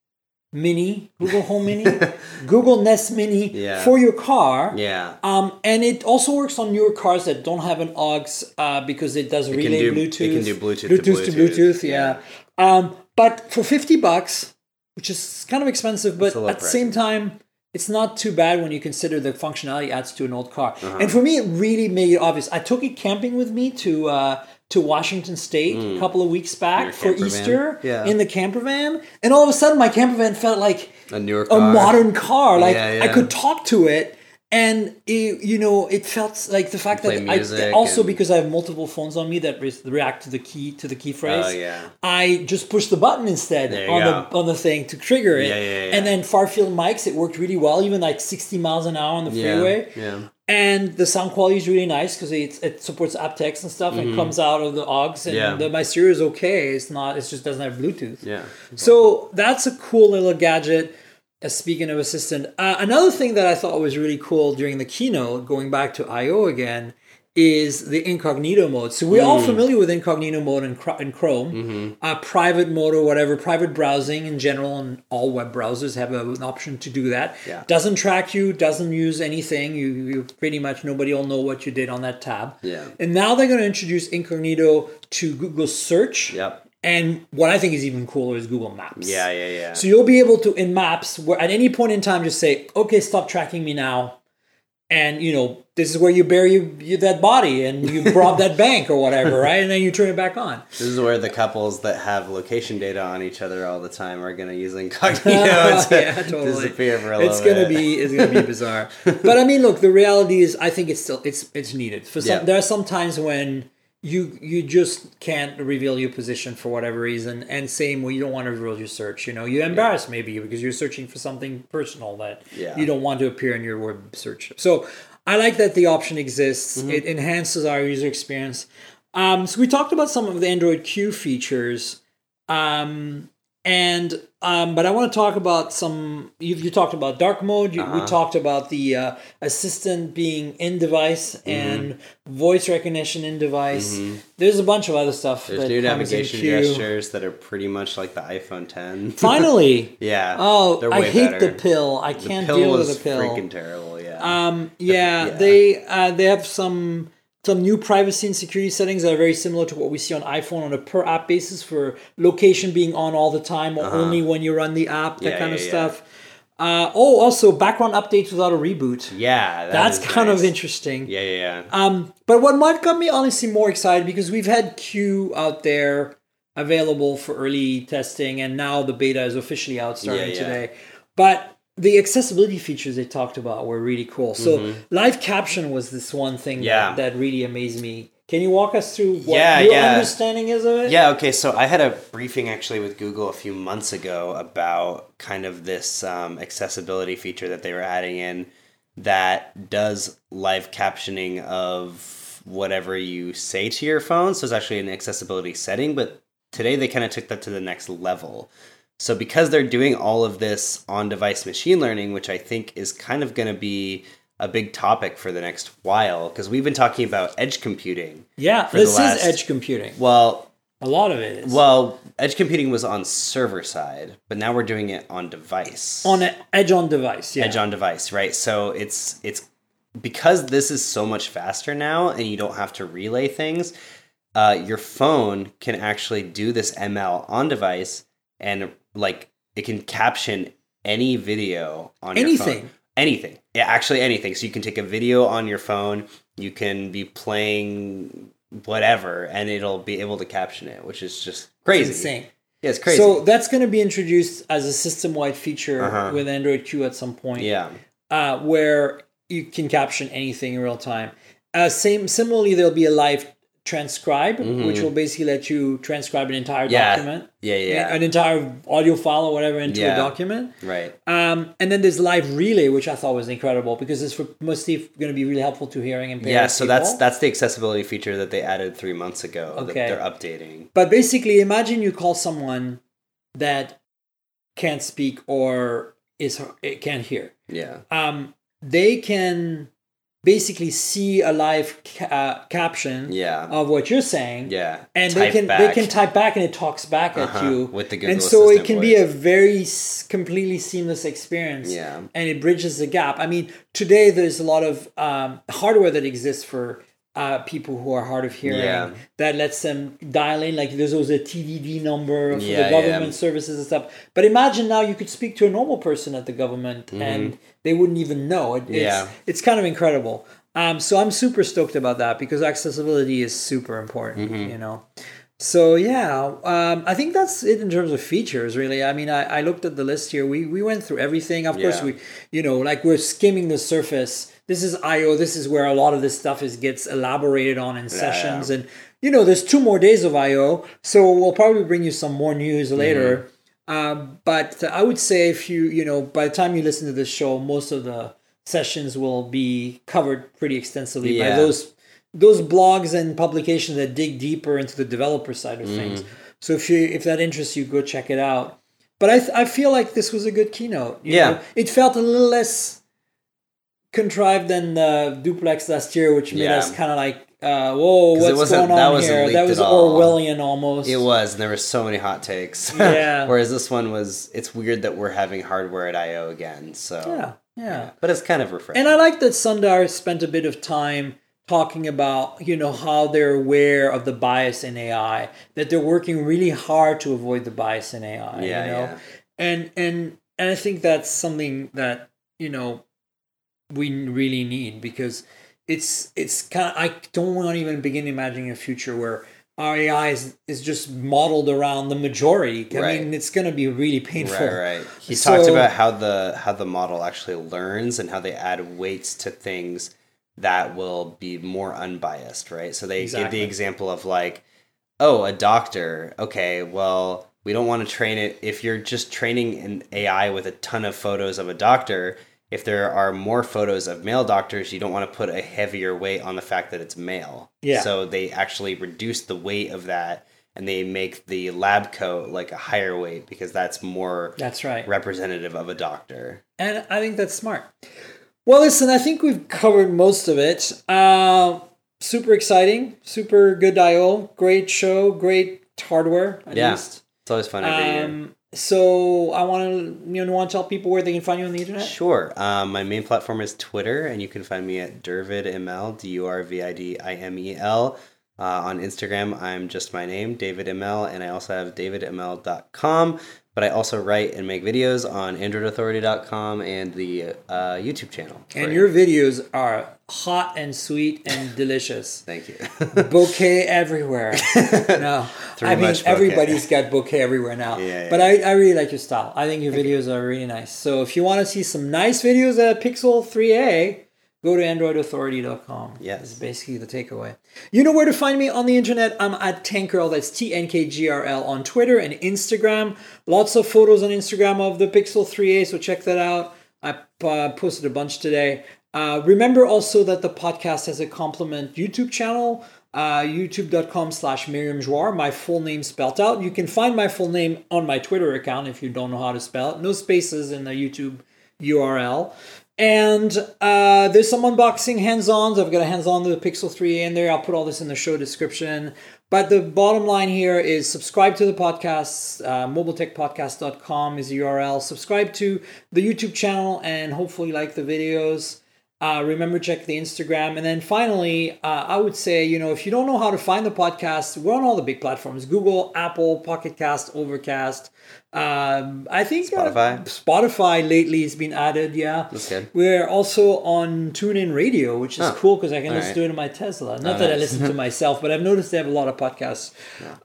Mini, Google Home Mini, Google Nest Mini
Yeah.
for your car.
yeah.
Um, and it also works on newer cars that don't have an aux uh, because it does relay
do- it
Bluetooth.
can do Bluetooth to
Bluetooth to
Bluetooth,
Bluetooth. Yeah. Um, but for fifty bucks, which is kind of expensive, but
a low
at the
price.
same time, it's not too bad when you consider the functionality it adds to an old car.
Uh-huh.
And for me, it really made it obvious. I took it camping with me to uh, to Washington State a couple of weeks back for
Mm. camper van.
Easter
Yeah.
in the camper van, and all of a sudden, my camper van felt like
a newer
a
car.
modern car. Like
Yeah, yeah.
I could talk to it, and it, you know, it felt like the fact that
Play
I
music
also
and-
because I have multiple phones on me that re- react to the key to the key phrase.
Oh, yeah.
I just push the button instead
There you
on the
go.
on the thing to trigger it,
Yeah, yeah, yeah.
and then far field mics. It worked really well, even like sixty miles an hour on the
Yeah,
freeway.
yeah.
And the sound quality is really nice because it, it supports aptX and stuff. and It comes out of the aux, and
Mm-hmm. Yeah.
the, my stereo is okay. It's not. It just doesn't have Bluetooth.
Yeah.
So that's a cool little gadget. Uh, speaking of assistant, uh, another thing that I thought was really cool during the keynote, going back to I/O again, is the incognito mode. So we're all
Mm.
familiar with incognito mode in, Chr- in Chrome,
Mm-hmm.
uh, private mode or whatever, private browsing in general, and all web browsers have a- an option to do that.
Yeah.
Doesn't track you, doesn't use anything. You, you pretty much nobody will know what you did on that tab.
Yeah.
And now they're going to introduce incognito to Google Search.
Yep.
And what I think is even cooler is Google Maps.
Yeah, yeah, yeah.
So you'll be able to in Maps, where at any point in time, just say, "Okay, stop tracking me now," and you know this is where you bury you, you, that body and you rob that bank or whatever, right? And then you turn it back on.
This is where the couples that have location data on each other all the time are going to use incognito to disappear for a little
it's gonna
bit.
be it's gonna be bizarre. but I mean, look, the reality is, I think it's still it's it's needed. For some,
Yeah.
there are some times when you you just can't reveal your position for whatever reason and same way you don't want to reveal your search you know you embarrassed maybe because you're searching for something personal that
Yeah.
you don't want to appear in your web search so i like that the option exists
Mm-hmm.
it enhances our user experience um, so we talked about some of the android q features um, and um, but I want to talk about some. You, you talked about dark mode. You,
Uh-huh.
We talked about the uh, assistant being in device
Mm-hmm.
and voice recognition in device. There's a bunch of other stuff.
There's new
comes in
navigation
Q.
gestures that are pretty much like the iPhone 10.
Finally.
yeah.
Oh,
they're
I
way
hate the
better.
pill. I
The
can't
pill
deal with
was
the pill.
freaking terrible. Yeah.
Um, yeah, they uh, they have some some new privacy and security settings that are very similar to what we see on iPhone on a per app basis for location being on all the time or only when you run the app, that
Uh-huh. Yeah,
kind of
yeah, yeah.
stuff. Uh, oh, also background updates without a reboot.
yeah. that
That's
is
kind of
nice.
interesting.
Yeah, yeah, yeah.
But what might got me honestly more excited because we've had Q out there available for early testing, and now the beta is officially out starting
Yeah, yeah.
today. But the accessibility features they talked about were really cool. So live caption was this one thing
Mm-hmm. Yeah.
that, that really amazed me. Can you walk us through what
Yeah,
your
yeah.
understanding is of it?
Yeah, okay. So I had a briefing actually with Google a few months ago about kind of this um, accessibility feature that they were adding in that does live captioning of whatever you say to your phone. So it's actually an accessibility setting, but today they kind of took that to the next level. So because they're doing all of this on device machine learning, which I think is kind of going to be a big topic for the next while, because we've been talking about edge computing.
Yeah,
the
this
last-
is edge computing.
Well,
A lot of it is.
well, edge computing was on server side, but now we're doing it on device.
on a, edge on device, yeah.
edge on device, right? So it's it's because this is so much faster now and you don't have to relay things, uh, your phone can actually do this ML on device and like it can caption any video on your phone.
Anything.
Anything. Yeah, actually anything. So you can take a video on your phone, you can be playing whatever and it'll be able to caption it, which is just crazy.
Insane.
Yeah, it's crazy.
So that's going to be introduced as a system-wide feature with Android Q at some point.
Uh-huh. yeah.
uh, where you can caption anything in real time. Uh, same similarly, there'll be a live transcribe, which will basically let you transcribe an entire
Mm-hmm. Yeah.
document,
Yeah, yeah.
an entire audio file or whatever into a
Yeah.
document.
right.
Um, and then there's live relay, which I thought was incredible because it's for, mostly going to be really helpful to hearing impaired
Yeah, so that's
people.
that's the accessibility feature that they added three months ago
Okay.
that they're updating.
But basically, imagine you call someone that can't speak or is can't hear.
Yeah,
um, they can basically see a live ca- uh, caption
Yeah.
of what you're saying.
yeah,
And they
Type
can
back.
they can type back and it talks back at
Uh-huh,
you
with the
and
Google
so it
Assistant
can be a
voice.
very s- completely seamless experience
Yeah.
and it bridges the gap I mean today there's a lot of um, hardware that exists for uh, people who are hard of hearing
Yeah.
that lets them dial in like there's always a TDD number for
Yeah,
the
yeah.
government services and stuff but imagine now you could speak to a normal person at the government and they wouldn't even know it, it's,
Mm-hmm. Yeah.
it's kind of incredible um, so I'm super stoked about that because accessibility is super important
Mm-hmm.
you know so yeah, um, I think that's it in terms of features. Really, I mean, I, I looked at the list here. We we went through everything. Of course,
Yeah.
we you know like we're skimming the surface. This is I/O. This is where a lot of this stuff is gets elaborated on in sessions. And you know, there's two more days of I/O, so we'll probably bring you some more news
Mm-hmm.
later. Um, but I would say if you you know by the time you listen to this show, most of the sessions will be covered pretty extensively by
Yeah.
those those blogs and publications that dig deeper into the developer side
Mm-hmm.
of things. So if you if that interests you, go check it out. But I th- I feel like this was a good keynote. you
Yeah.
know? it felt a little less contrived than the duplex last year, which made
Yeah.
us kind of like, uh, whoa,
it
what's
wasn't-
going on
that wasn't
here?
leaked
That
at
was
all.
Orwellian almost.
it was, and there were so many hot takes.
Yeah.
Whereas this one was, it's weird that we're having hardware at I/O again. So
Yeah, yeah.
but it's kind of refreshing.
And I like that Sundar spent a bit of time talking about, you know, how they're aware of the bias in AI, that they're working really hard to avoid the bias in AI,
Yeah,
you know.
yeah.
And and and I think that's something that, you know, we really need because it's it's kind of I don't want to even begin imagining a future where our AI is, is just modeled around the majority. I
Right.
mean, it's going to be really painful.
Right, right. He
So-
talked about how the how the model actually learns and how they add weights to things that will be more unbiased, right? So they give
Exactly.
the example of like, oh, a doctor. Okay, well, we don't want to train it. If you're just training an AI with a ton of photos of a doctor, if there are more photos of male doctors, you don't want to put a heavier weight on the fact that it's male.
Yeah.
So they actually reduce the weight of that and they make the lab coat like a higher weight because that's more
That's right.
representative of a doctor.
And I think that's smart. Well, listen, I think we've covered most of it. Uh, super exciting, super good IO, great show, great hardware. At
Yeah.
least.
It's always fun every year.
Um, so I want to you know want to tell people where they can find you on the internet.
Sure. Um, my main platform is Twitter, and you can find me at DurvidML, D U R V I D I M E L. Uh, on Instagram, I'm just my name, David ML, and I also have davidml.com. But I also write and make videos on AndroidAuthority.com and the uh, YouTube channel.
And
Great.
your videos are hot and sweet and delicious.
Thank you.
bouquet everywhere. no, I mean
much bouquet.
everybody's got bouquet everywhere now.
Yeah,
but
yeah.
I, I really like your style. I think your videos are really nice. So if you want to see some nice videos at Pixel 3a, go to androidauthority.com.
Yes.
is basically the takeaway. You know where to find me on the internet. I'm at Tankgirl. That's T N K G R L on Twitter and Instagram. Lots of photos on Instagram of the Pixel 3a. So check that out. I uh, posted a bunch today. Uh, remember also that the podcast has a complement YouTube channel, uh, youtube.com slash Miriam Jouar, my full name spelt out. You can find my full name on my Twitter account if you don't know how to spell it. No spaces in the YouTube URL. And uh, there's some unboxing hands-ons. I've got a hands-on to the Pixel 3 in there. I'll put all this in the show description. But the bottom line here is subscribe to the podcast. Uh, mobiletechpodcast.com is the URL. Subscribe to the YouTube channel and hopefully like the videos. Uh, remember, check the Instagram. And then finally, uh, I would say, you know, if you don't know how to find the podcast, we're on all the big platforms Google, Apple, Pocket Cast, Overcast. Um, I think uh,
Spotify.
Spotify lately has been added, yeah.
That's good.
We're also on TuneIn Radio, which is
Oh,
cool because I can
all
listen
right. Oh,
to it in my Tesla. Not that I
nice.
listen to myself, but I've noticed they have a lot of podcasts.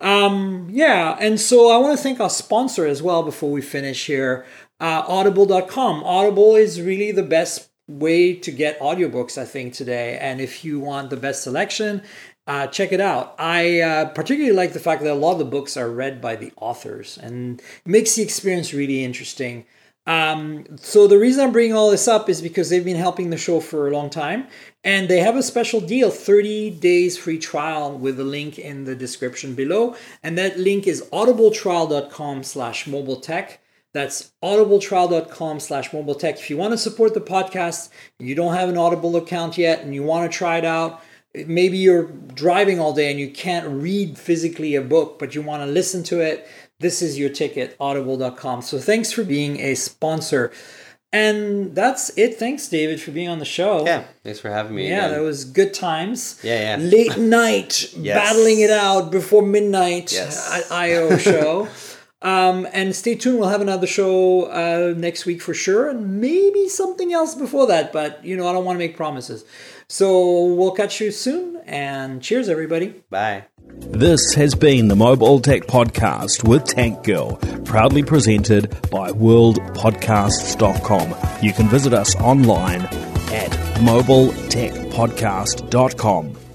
Um, yeah, and so I want to thank our sponsor as well before we finish here uh, audible.com. Audible is really the best way to get audiobooks, I think, today. And if you want the best selection, uh, check it out. I uh, particularly like the fact that a lot of the books are read by the authors and it makes the experience really interesting. Um, so the reason I'm bringing all this up is because they've been helping the show for a long time, and they have a special deal: 30 days free trial with the link in the description below, and that link is audibletrial.com/mobile-tech. That's audibletrial.com slash mobile tech. If you want to support the podcast, you don't have an Audible account yet, and you want to try it out, maybe you're driving all day and you can't read physically a book, but you want to listen to it, this is your ticket, audible.com. So thanks for being a sponsor. And that's it. Thanks, David, for being on the show.
yeah. Thanks for having me.
Yeah,
again.
that was good times.
Yeah, yeah.
Late night, battling it out before midnight
Yes.
at IO show. um, and stay tuned. We'll have another show uh, next week for sure, and maybe something else before that. But you know, I don't want to make promises. So we'll catch you soon. And cheers, everybody.
Bye.
This has been the Mobile Tech Podcast with Tank Girl, proudly presented by WorldPodcasts.com. You can visit us online at mobiletechpodcast.com.